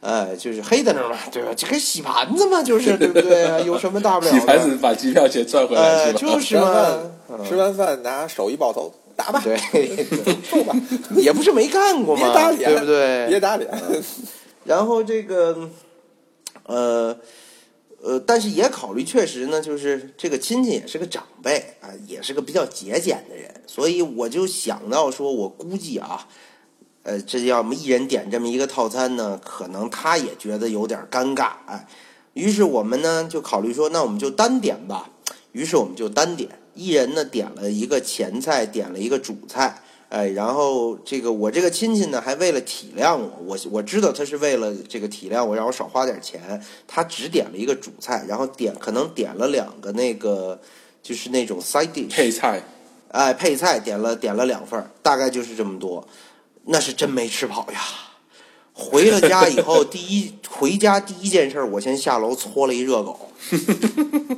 [SPEAKER 2] 呃，就是黑在那儿嘛，对吧？这个洗盘子嘛，就是对不对啊？有什么大不了
[SPEAKER 3] 洗
[SPEAKER 2] 的？
[SPEAKER 3] 盘子把机票钱赚回来
[SPEAKER 2] 呃，
[SPEAKER 3] 是吧？
[SPEAKER 2] 就是
[SPEAKER 1] 吃完
[SPEAKER 2] 嘛嗯
[SPEAKER 1] 饭，，吃完饭拿手一抱头，打吧，
[SPEAKER 2] 对，
[SPEAKER 1] 揍吧，
[SPEAKER 2] 也不是没干过
[SPEAKER 1] 别
[SPEAKER 2] 嘛，
[SPEAKER 1] 打脸，
[SPEAKER 2] 对不对？
[SPEAKER 1] 别打脸， [LAUGHS]
[SPEAKER 2] 然后这个，呃，呃，但是也考虑，确实呢，就是这个亲戚也是个长辈啊，也是个比较节俭的人，所以我就想到说，我估计啊，呃，这要么一人点这么一个套餐呢，可能他也觉得有点尴尬，哎，于是我们呢就考虑说，那我们就单点吧，于是我们就单点，一人呢点了一个前菜，点了一个主菜。哎，然后这个我这个亲戚呢，还为了体谅我，我我知道他是为了这个体谅我，让我少花点钱，他只点了一个主菜，然后点可能点了两个那个，就是那种 side dish
[SPEAKER 3] [LAUGHS] 配菜，
[SPEAKER 2] 哎，配菜点了点了两份儿，大概就是这么多，那是真没吃饱呀。回了家以后，第一回家第一件事儿，我先下楼搓了一热狗。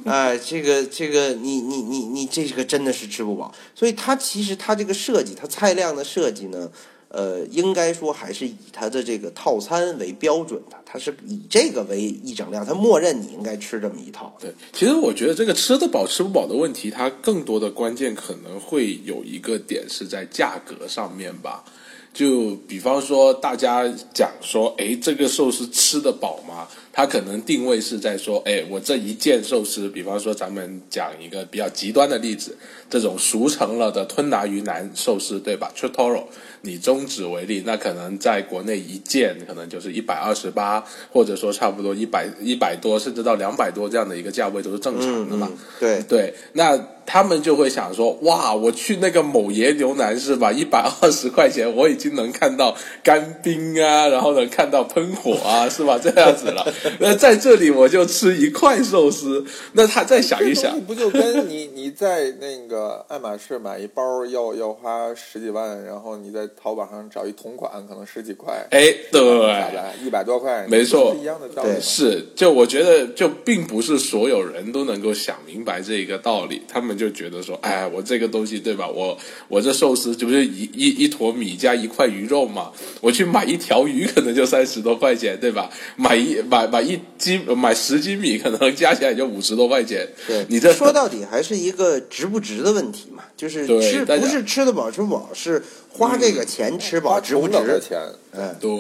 [SPEAKER 2] 哎，这个这个，你你你你，这个真的是吃不饱。所以它其实它这个设计，它菜量的设计呢，呃，应该说还是以它的这个套餐为标准的，它是以这个为一整量，它默认你应该吃这么一套。
[SPEAKER 3] 对，其实我觉得这个吃得饱吃不饱的问题，它更多的关键可能会有一个点是在价格上面吧。就比方说，大家讲说，哎，这个寿司吃得饱吗？它可能定位是在说，哎，我这一件寿司，比方说咱们讲一个比较极端的例子，这种熟成了的吞拿鱼腩寿司，对吧 c h i t o r o 你中指为例，那可能在国内一件可能就是一百二十八，或者说差不多一百一百多，甚至到两百多这样的一个价位都是正常的嘛。
[SPEAKER 2] 对，
[SPEAKER 3] 对，那他们就会想说，哇，我去那个某爷牛腩是吧？一百二十块钱，我已经能看到干冰啊，然后能看到喷火啊，是吧？这样子了。那在这里我就吃一块寿司，那他再想一
[SPEAKER 1] 这
[SPEAKER 3] 想
[SPEAKER 1] [LAUGHS] 东西，不就跟你你在那个爱马仕买一包要要花十几万，然后你在淘宝上找一同款可能十几块，
[SPEAKER 3] 哎，对
[SPEAKER 1] 下。来一百多块，
[SPEAKER 3] 没错
[SPEAKER 1] 是一样的道理
[SPEAKER 2] 对
[SPEAKER 1] 嘛。
[SPEAKER 3] 是，就我觉得，就并不是所有人都能够想明白这一个道理。他们就觉得说，哎，我这个东西对吧？我我这寿司这不是一一一坨米加一块鱼肉嘛？我去买一条鱼可能就三十多块钱，对吧？买一买买一斤买十斤米可能加起来就五十多块钱。
[SPEAKER 2] 对，
[SPEAKER 3] 你这
[SPEAKER 2] 说到底还是一个值不值的问题嘛，就是
[SPEAKER 3] 对
[SPEAKER 2] 吃
[SPEAKER 3] 大家
[SPEAKER 2] 不是吃得饱吃不饱，是花这个钱吃饱
[SPEAKER 1] 花
[SPEAKER 2] 值不
[SPEAKER 1] 同等的
[SPEAKER 2] 值？
[SPEAKER 1] 钱，
[SPEAKER 2] 嗯，
[SPEAKER 3] 对，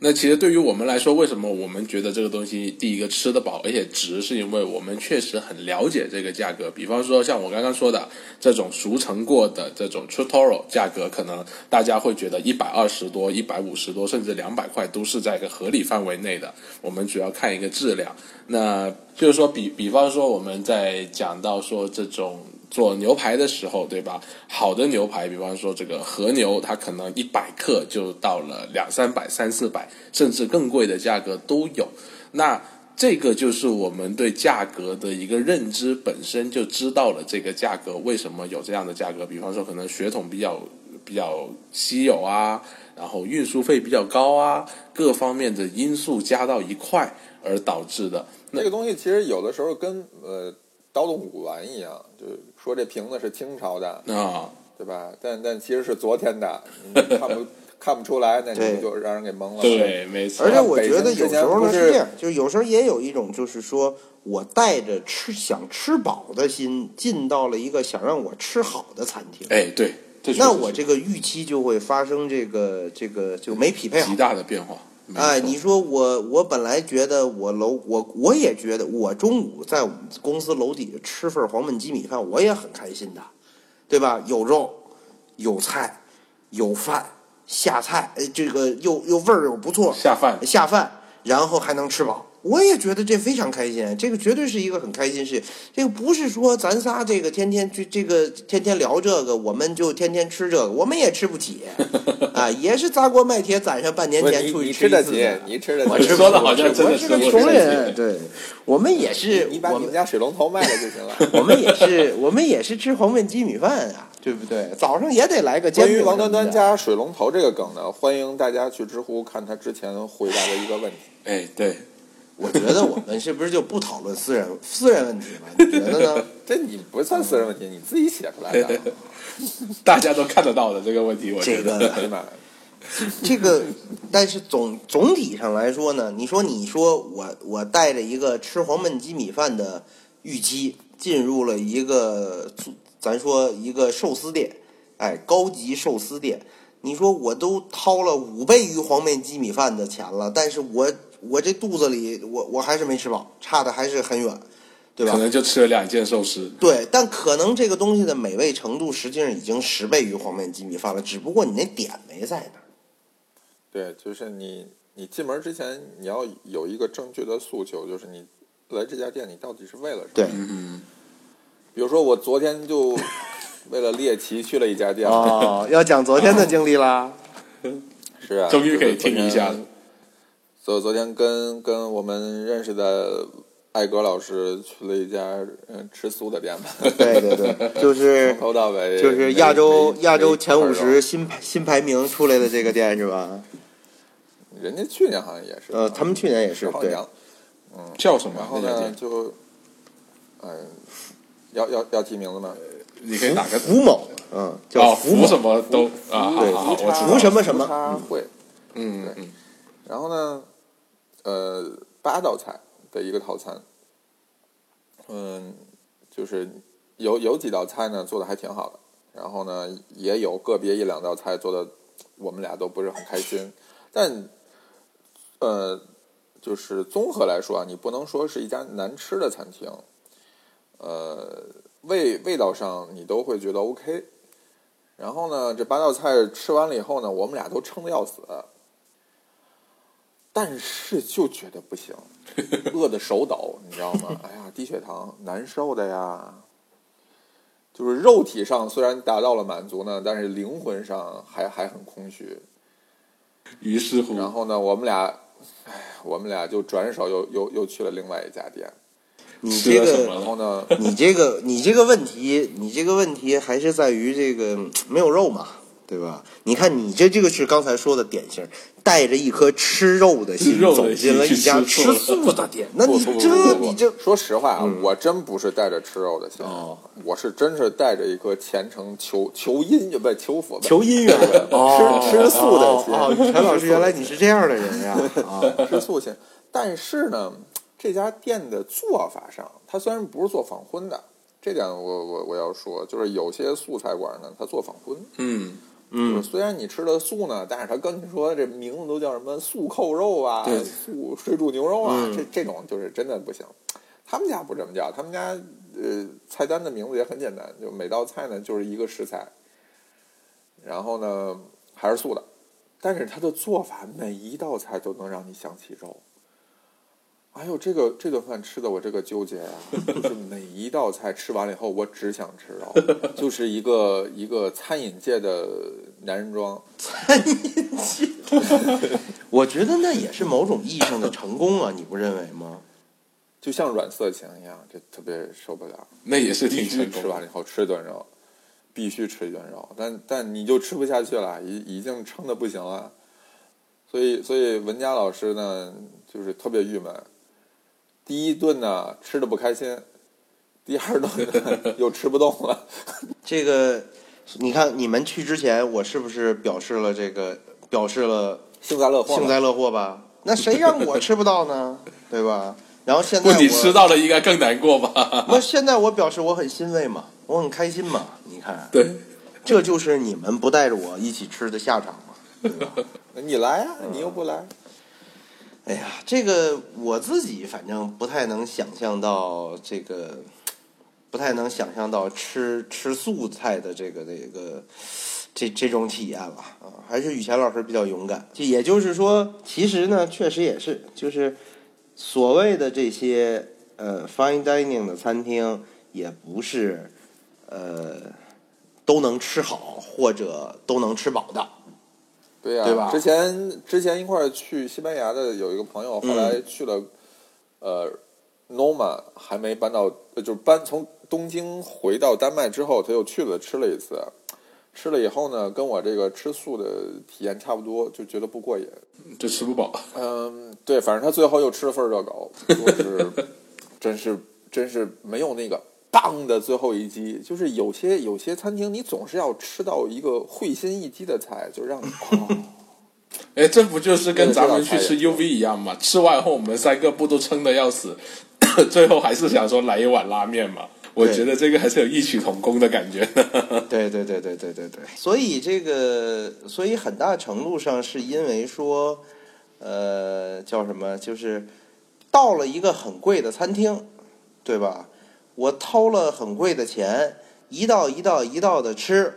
[SPEAKER 3] 那其实对于我们来说，为什么我们觉得这个东西第一个吃得饱，而且值，是因为我们确实很了解这个价格。比方说像我刚刚说的这种熟成过的这种 t r u t o r o 价格，可能大家会觉得一百二十多、一百五十多，甚至两百块都是在一个合理范围内的。我们主要看一个质量。那就是说比比方说我们在讲到说这种做牛排的时候，对吧？好的牛排，比方说这个和牛，它可能一百克就到了两三百、三四百，甚至更贵的价格都有。那这个就是我们对价格的一个认知，本身就知道了这个价格为什么有这样的价格。比方说，可能血统比较比较稀有啊，然后运输费比较高啊，各方面的因素加到一块而导致的。那
[SPEAKER 1] 这个东西其实有的时候跟呃刀动古玩一样，就是说这瓶子是清朝的，
[SPEAKER 3] 啊，
[SPEAKER 1] 对吧？但但其实是昨天的，你看不看不出来，那
[SPEAKER 2] 对
[SPEAKER 1] 你就让人给蒙了。
[SPEAKER 3] 对，没错
[SPEAKER 2] 而。且我觉得
[SPEAKER 1] 北京之
[SPEAKER 2] 有时
[SPEAKER 1] 前
[SPEAKER 2] 候
[SPEAKER 1] 不
[SPEAKER 2] 呢
[SPEAKER 1] 是
[SPEAKER 2] 是这样，就是有时候也有一种就是说我带着吃想吃饱的心进到了一个想让我吃好的餐厅，
[SPEAKER 3] 哎，对，这确实
[SPEAKER 2] 那
[SPEAKER 3] 是
[SPEAKER 2] 我这个预期就会发生这个这个就没匹配好
[SPEAKER 3] 极。大的变化。没
[SPEAKER 2] 哎，
[SPEAKER 3] 错
[SPEAKER 2] 你说我我本来觉得我楼我我也觉得我中午在我们公司楼底下吃份黄焖鸡米饭，我也很开心的，对吧？有肉，有菜，有饭，哎下菜，呃，这个又又味儿又不错，
[SPEAKER 3] 下饭
[SPEAKER 2] 下饭，然后还能吃饱，我也觉得这非常开心，这个绝对是一个很开心事。这个不是说咱仨这个天天去这个天天聊这个，我们就天天吃这个，我们也吃
[SPEAKER 1] [LAUGHS]
[SPEAKER 2] 不起啊，也是砸锅卖铁攒上半年
[SPEAKER 1] 不是
[SPEAKER 2] 钱
[SPEAKER 1] 你
[SPEAKER 2] 出去
[SPEAKER 1] 你
[SPEAKER 2] 吃
[SPEAKER 1] 吃
[SPEAKER 2] 一次
[SPEAKER 1] 得
[SPEAKER 2] 饭。
[SPEAKER 1] 起，你吃得起。
[SPEAKER 2] 我吃
[SPEAKER 3] 说的好像真的
[SPEAKER 2] 是
[SPEAKER 3] 是
[SPEAKER 2] 个
[SPEAKER 3] 我
[SPEAKER 2] 穷
[SPEAKER 3] 吃得起
[SPEAKER 2] 人，对，我们也是，
[SPEAKER 1] 你把
[SPEAKER 2] 我
[SPEAKER 1] 你们
[SPEAKER 2] 们
[SPEAKER 1] 家水龙头卖了就行了。
[SPEAKER 2] [LAUGHS]
[SPEAKER 1] [LAUGHS]
[SPEAKER 2] 我们也是，我们也是吃黄焖鸡米饭啊，对不对？早上也得来个煎
[SPEAKER 1] 关
[SPEAKER 2] 饼
[SPEAKER 1] 于
[SPEAKER 2] 什么
[SPEAKER 1] 王
[SPEAKER 2] 的。
[SPEAKER 1] 端端加水龙头这个梗呢，欢迎大家去知乎看他之前回答的一个问题。
[SPEAKER 3] 哎，对，
[SPEAKER 2] 我觉得我们是不是就不讨论私人私人问题了？你觉得呢？
[SPEAKER 1] 这你不算私人问题，你自己写出来的。
[SPEAKER 3] 大家都看得到的这个问题，我
[SPEAKER 2] 这
[SPEAKER 3] 觉得。 [LAUGHS]
[SPEAKER 2] 个
[SPEAKER 1] 哎呀妈呀！
[SPEAKER 2] 这个，但是总总体上来说呢，你说你说我我带着一个吃黄焖鸡米饭的预期，进入了一个咱说一个寿司店，哎，高级寿司店，你说我都掏了五倍于黄焖鸡米饭的钱了，但是我我这肚子里我我还是没吃饱，差的还是很远，对吧？
[SPEAKER 3] 可能就吃了两件寿司，
[SPEAKER 2] 对，但可能这个东西的美味程度实际上已经十倍于黄焖鸡米饭了，只不过你那点没在那儿。
[SPEAKER 1] 对，就是你，你进门之前你要有一个正确的诉求，就是你来这家店你到底是为了什么？
[SPEAKER 2] 对，
[SPEAKER 1] 比如说我昨天
[SPEAKER 2] [LAUGHS]
[SPEAKER 1] 就为了猎奇去了一家店，
[SPEAKER 2] 哦，要讲昨天的经历啦。
[SPEAKER 1] 是啊，
[SPEAKER 3] 终于可以
[SPEAKER 1] 就是昨天
[SPEAKER 3] 听一下了。
[SPEAKER 1] 所以昨天跟跟我们认识的艾格老师去了一家嗯吃素的店吧，
[SPEAKER 2] [LAUGHS] 对对对，就是
[SPEAKER 1] [LAUGHS] 从头到尾
[SPEAKER 2] 就是
[SPEAKER 1] 没
[SPEAKER 2] 亚洲
[SPEAKER 1] 没啊
[SPEAKER 2] 亚洲前
[SPEAKER 1] 没
[SPEAKER 2] 五
[SPEAKER 1] 一块
[SPEAKER 2] 十
[SPEAKER 1] 肉，
[SPEAKER 2] 新排新排名出来的这个店是吧？
[SPEAKER 1] 人家去年好像也是，
[SPEAKER 2] 呃，他们去年也是
[SPEAKER 1] 好
[SPEAKER 2] 对，
[SPEAKER 1] 像
[SPEAKER 3] 叫什
[SPEAKER 1] 然
[SPEAKER 3] 么啊
[SPEAKER 1] 后
[SPEAKER 3] 那家
[SPEAKER 1] 呢
[SPEAKER 3] 店？
[SPEAKER 1] 就嗯、要要要提名字吗？
[SPEAKER 2] 嗯
[SPEAKER 3] 你可以打个
[SPEAKER 2] 福某，嗯，叫
[SPEAKER 3] 哦，
[SPEAKER 2] 福
[SPEAKER 3] 福
[SPEAKER 2] 某
[SPEAKER 3] 什么都啊，好
[SPEAKER 2] 对
[SPEAKER 3] 好好，我
[SPEAKER 1] 福
[SPEAKER 3] 知
[SPEAKER 1] 叉
[SPEAKER 3] 道
[SPEAKER 2] 福什么什么
[SPEAKER 1] 福叉会，
[SPEAKER 3] 嗯
[SPEAKER 1] 对然后呢，呃，八道菜的一个套餐，嗯，就是有有几道菜呢做的还挺好的，然后呢也有个别一两道菜做的我们俩都不是很开心，但呃，就是综合来说啊，你不能说是一家难吃的餐厅，呃，味味道上你都会觉得 OK。然后呢，这八道菜吃完了以后呢，我们俩都撑得要死，但是就觉得不行，饿得手抖，你知道吗？ [LAUGHS] 哎呀，低血糖，难受的呀。就是肉体上虽然达到了满足呢，但是灵魂上还还很空虚。
[SPEAKER 3] 于是乎，
[SPEAKER 1] 然后呢，我们俩，哎，我们俩就转手又又又去了另外一家店。
[SPEAKER 2] 你
[SPEAKER 3] 吃
[SPEAKER 2] 这
[SPEAKER 3] 了什么
[SPEAKER 2] 个
[SPEAKER 1] 然
[SPEAKER 3] 了？
[SPEAKER 1] 后呢，
[SPEAKER 2] 你这个你这个问题，你这个问题还是在于这个嗯没有肉嘛，对吧？你看你这这个是刚才说的典型，带着一颗吃肉的心
[SPEAKER 3] 吃肉的
[SPEAKER 2] 走进了一家
[SPEAKER 3] 心去吃
[SPEAKER 2] 吃
[SPEAKER 3] 素
[SPEAKER 2] 素的店，那
[SPEAKER 1] 不
[SPEAKER 2] 你
[SPEAKER 1] 不不
[SPEAKER 2] 这
[SPEAKER 1] 不不
[SPEAKER 2] 你这嗯哦
[SPEAKER 1] 说实话啊，我真不是带着吃肉的心，
[SPEAKER 3] 哦
[SPEAKER 1] 我是真是带着一颗虔诚求求阴不是求佛吧
[SPEAKER 2] 求姻缘
[SPEAKER 1] 哦吃素的心
[SPEAKER 2] 哦，哦陈老师原来你是这样的人 [LAUGHS] 呀！啊，
[SPEAKER 1] 吃素先。但是呢，这家店的做法上，它虽然不是做仿荤的，这点我我我要说，就是有些素菜馆呢，它做仿荤，
[SPEAKER 3] 嗯，
[SPEAKER 1] 嗯，虽然你吃的素呢，但是它跟你说这名字都叫什么素扣肉啊
[SPEAKER 3] 对、
[SPEAKER 1] 素水煮牛肉啊，这这种就是真的不行。他们家不这么叫，他们家呃菜单的名字也很简单，就每道菜呢就是一个食材，然后呢还是素的，但是它的做法每一道菜都能让你想起肉。哎呦，这个这顿饭吃的我这个纠结啊，就是每一道菜吃完了以后，我只想吃肉，就是一个一个餐饮界的男人装。
[SPEAKER 2] 我觉得那也是某种意义上的成功啊，你不认为吗？
[SPEAKER 1] 就像软色情一样，这特别受不了。
[SPEAKER 3] 那也是
[SPEAKER 1] 必
[SPEAKER 3] 挺
[SPEAKER 1] 须
[SPEAKER 3] 成
[SPEAKER 1] 吃
[SPEAKER 3] 功
[SPEAKER 1] 完了
[SPEAKER 3] 的
[SPEAKER 1] 以。后吃一顿肉，必须吃一顿肉，但但你就吃不下去了，已已经撑的不行了。所以所以文佳老师呢，就是特别郁闷。第一顿呢吃的不开心，第二顿呢 [LAUGHS] 又吃不动了。
[SPEAKER 2] 这个，你看你们去之前，我是不是表示了这个，表示了
[SPEAKER 1] 幸灾乐祸嘛，
[SPEAKER 2] 幸灾乐祸吧？那谁让我吃不到 [LAUGHS] 呢？对吧？然后现在
[SPEAKER 3] 不，
[SPEAKER 2] 我
[SPEAKER 3] 你吃到了应该更难过吧？
[SPEAKER 2] 我现在我表示我很欣慰嘛，我很开心嘛。你看，
[SPEAKER 3] 对，
[SPEAKER 2] 这就是你们不带着我一起吃的下场嘛。
[SPEAKER 1] 你来啊，你又不来，
[SPEAKER 2] 哎呀，这个我自己反正不太能想象到这个，不太能想象到吃吃素菜的这个这个这这种体验了啊。还是雨前老师比较勇敢，就也就是说，其实呢，确实也是，就是所谓的这些呃 fine dining 的餐厅，也不是呃都能吃好或者都能吃饱的。
[SPEAKER 1] 对呀、
[SPEAKER 2] 对吧
[SPEAKER 1] 之前之前一块儿去西班牙的有一个朋友，
[SPEAKER 2] 嗯
[SPEAKER 1] 后来去了、呃 Noma，还没搬到，呃就是搬从东京回到丹麦之后，他又去了吃了一次，吃了以后呢，跟我这个吃素的体验差不多，就觉得不过瘾。
[SPEAKER 3] 就吃不饱。
[SPEAKER 1] 嗯，对，反正他最后又吃了份热狗，说
[SPEAKER 2] [LAUGHS]
[SPEAKER 1] 是真是真是没有那个棒的最后一击，就是有些有些餐厅你总是要吃到一个会心一击的菜，就
[SPEAKER 2] [LAUGHS]
[SPEAKER 1] 让你。哦
[SPEAKER 3] 哎，这不就是跟咱们去
[SPEAKER 1] 对这道
[SPEAKER 3] 吃
[SPEAKER 1] 菜也
[SPEAKER 3] UV 一样嘛？吃完后我们三个不都撑得要死， [COUGHS] 最后还是想说来一碗拉面嘛。我
[SPEAKER 2] 对
[SPEAKER 3] 觉得这个还是有异曲同工的感觉。
[SPEAKER 2] 对对对对对对对。所以这个，所以很大程度上是因为说，呃，叫什么？就是到了一个很贵的餐厅，对吧？我掏了很贵的钱，一道一道一道的吃，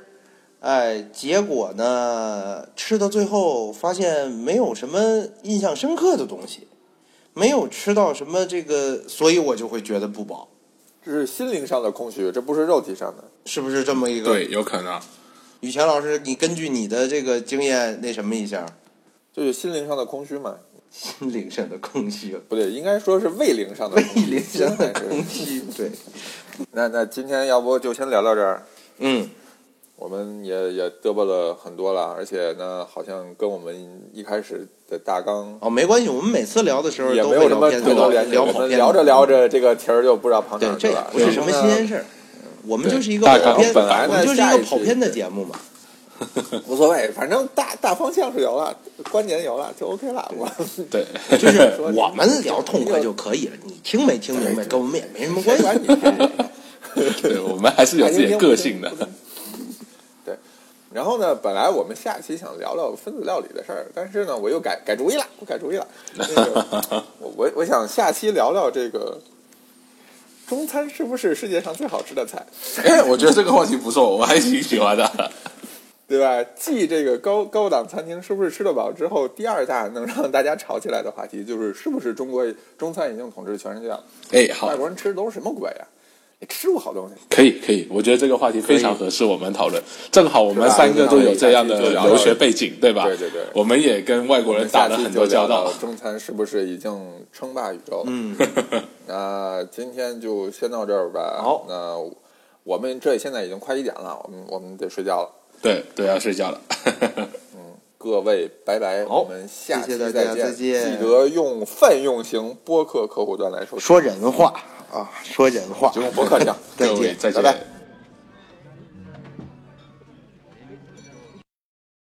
[SPEAKER 2] 哎，结果呢，吃到最后发现没有什么印象深刻的东西，没有吃到什么这个，所以我就会觉得不饱，
[SPEAKER 1] 这是心灵上的空虚，这不是肉体上的。
[SPEAKER 2] 是不是这么一个？
[SPEAKER 3] 对，有可能。
[SPEAKER 2] 雨强老师，你根据你的这个经验，那什么一下， [LAUGHS]
[SPEAKER 1] 就是心灵上的空虚嘛，
[SPEAKER 2] 心灵上的空虚，
[SPEAKER 1] 不对，应该说是胃灵上的
[SPEAKER 2] 胃
[SPEAKER 1] 空虚。
[SPEAKER 2] 灵上的
[SPEAKER 1] 心
[SPEAKER 2] 空
[SPEAKER 1] 灵
[SPEAKER 2] 虚，对，
[SPEAKER 1] [LAUGHS] 那那今天要不就先聊到这儿，
[SPEAKER 2] 嗯，
[SPEAKER 1] 我们也也嘚啵了很多了，而且呢，好像跟我们一开始的大纲
[SPEAKER 2] 哦，没关系，我们每次聊的时候
[SPEAKER 1] 也
[SPEAKER 2] 都
[SPEAKER 1] 没
[SPEAKER 2] 会
[SPEAKER 1] 有什么
[SPEAKER 2] 聊偏
[SPEAKER 1] 太
[SPEAKER 2] 多
[SPEAKER 1] 多
[SPEAKER 2] 聊
[SPEAKER 1] 联系。我
[SPEAKER 2] 跑
[SPEAKER 1] 们
[SPEAKER 2] 偏
[SPEAKER 1] 聊
[SPEAKER 2] 了
[SPEAKER 1] 着聊，着，这个题儿就不知道跑哪
[SPEAKER 2] 对，
[SPEAKER 1] 儿去
[SPEAKER 2] 这也
[SPEAKER 1] 了。
[SPEAKER 2] 不是什么新鲜事儿，我们就是一个
[SPEAKER 3] 大
[SPEAKER 2] 跑
[SPEAKER 3] 纲
[SPEAKER 2] 偏，
[SPEAKER 1] 本来
[SPEAKER 2] 我
[SPEAKER 1] 呢
[SPEAKER 2] 们就是一
[SPEAKER 1] 下
[SPEAKER 2] 个
[SPEAKER 1] 一期
[SPEAKER 2] 跑偏的节
[SPEAKER 1] [LAUGHS]
[SPEAKER 2] 目嘛，
[SPEAKER 1] 无所谓，反正大大方向是有了，观点有了就 OK 了。我 [LAUGHS]
[SPEAKER 3] 对，
[SPEAKER 2] 就是我们聊痛快就可以了，你听没听明白跟我们也没什么关
[SPEAKER 1] 没
[SPEAKER 2] 系。
[SPEAKER 1] 管你是
[SPEAKER 3] 对，我们还是有自己的个性的。
[SPEAKER 1] 对。然后呢，本来我们下期想聊聊分子料理的事儿，但是呢，我又改改主意了，我改主意了。那个我我我想下期聊聊这个中餐是不是世界上最好吃的菜，
[SPEAKER 3] 哎， [LAUGHS] 我觉得这个话题不错，我还挺喜欢的。
[SPEAKER 1] 对吧？继这个高高档餐厅是不是吃得饱之后，第二大能让大家吵起来的话题就是是不是中国中餐已经统治全世界了？
[SPEAKER 3] [LAUGHS] 哎，好
[SPEAKER 1] 外，国人吃的都是什么鬼呀、你吃过好东西？
[SPEAKER 3] 可以，可以，我觉得这个话题非常合适我们讨论。正好我们三个啊都有这样的
[SPEAKER 1] 是吧
[SPEAKER 3] 留学背景，对吧？
[SPEAKER 1] 对对对
[SPEAKER 3] 我们也跟外国人打了
[SPEAKER 1] 我们
[SPEAKER 3] 很
[SPEAKER 1] 下期就
[SPEAKER 3] 多
[SPEAKER 1] 聊
[SPEAKER 3] 交
[SPEAKER 1] 到
[SPEAKER 3] 道。
[SPEAKER 1] 中餐是不是已经称霸宇宙了？嗯， [LAUGHS] 那今天就先到这儿吧。
[SPEAKER 2] 好
[SPEAKER 1] 那我们这现在已经快一点了，我们我们得睡觉了。
[SPEAKER 3] 对对，要睡觉了。
[SPEAKER 1] 各位，拜拜！
[SPEAKER 2] 好
[SPEAKER 1] 我们下期
[SPEAKER 2] 谢谢大
[SPEAKER 1] 见，
[SPEAKER 2] 家再见
[SPEAKER 1] 记得用泛用型播客客户端来收听，
[SPEAKER 2] 说人话啊，说人话，
[SPEAKER 1] 就用播客讲。
[SPEAKER 2] 再
[SPEAKER 3] 各位
[SPEAKER 2] 见。
[SPEAKER 3] 再
[SPEAKER 1] 拜拜
[SPEAKER 3] 见。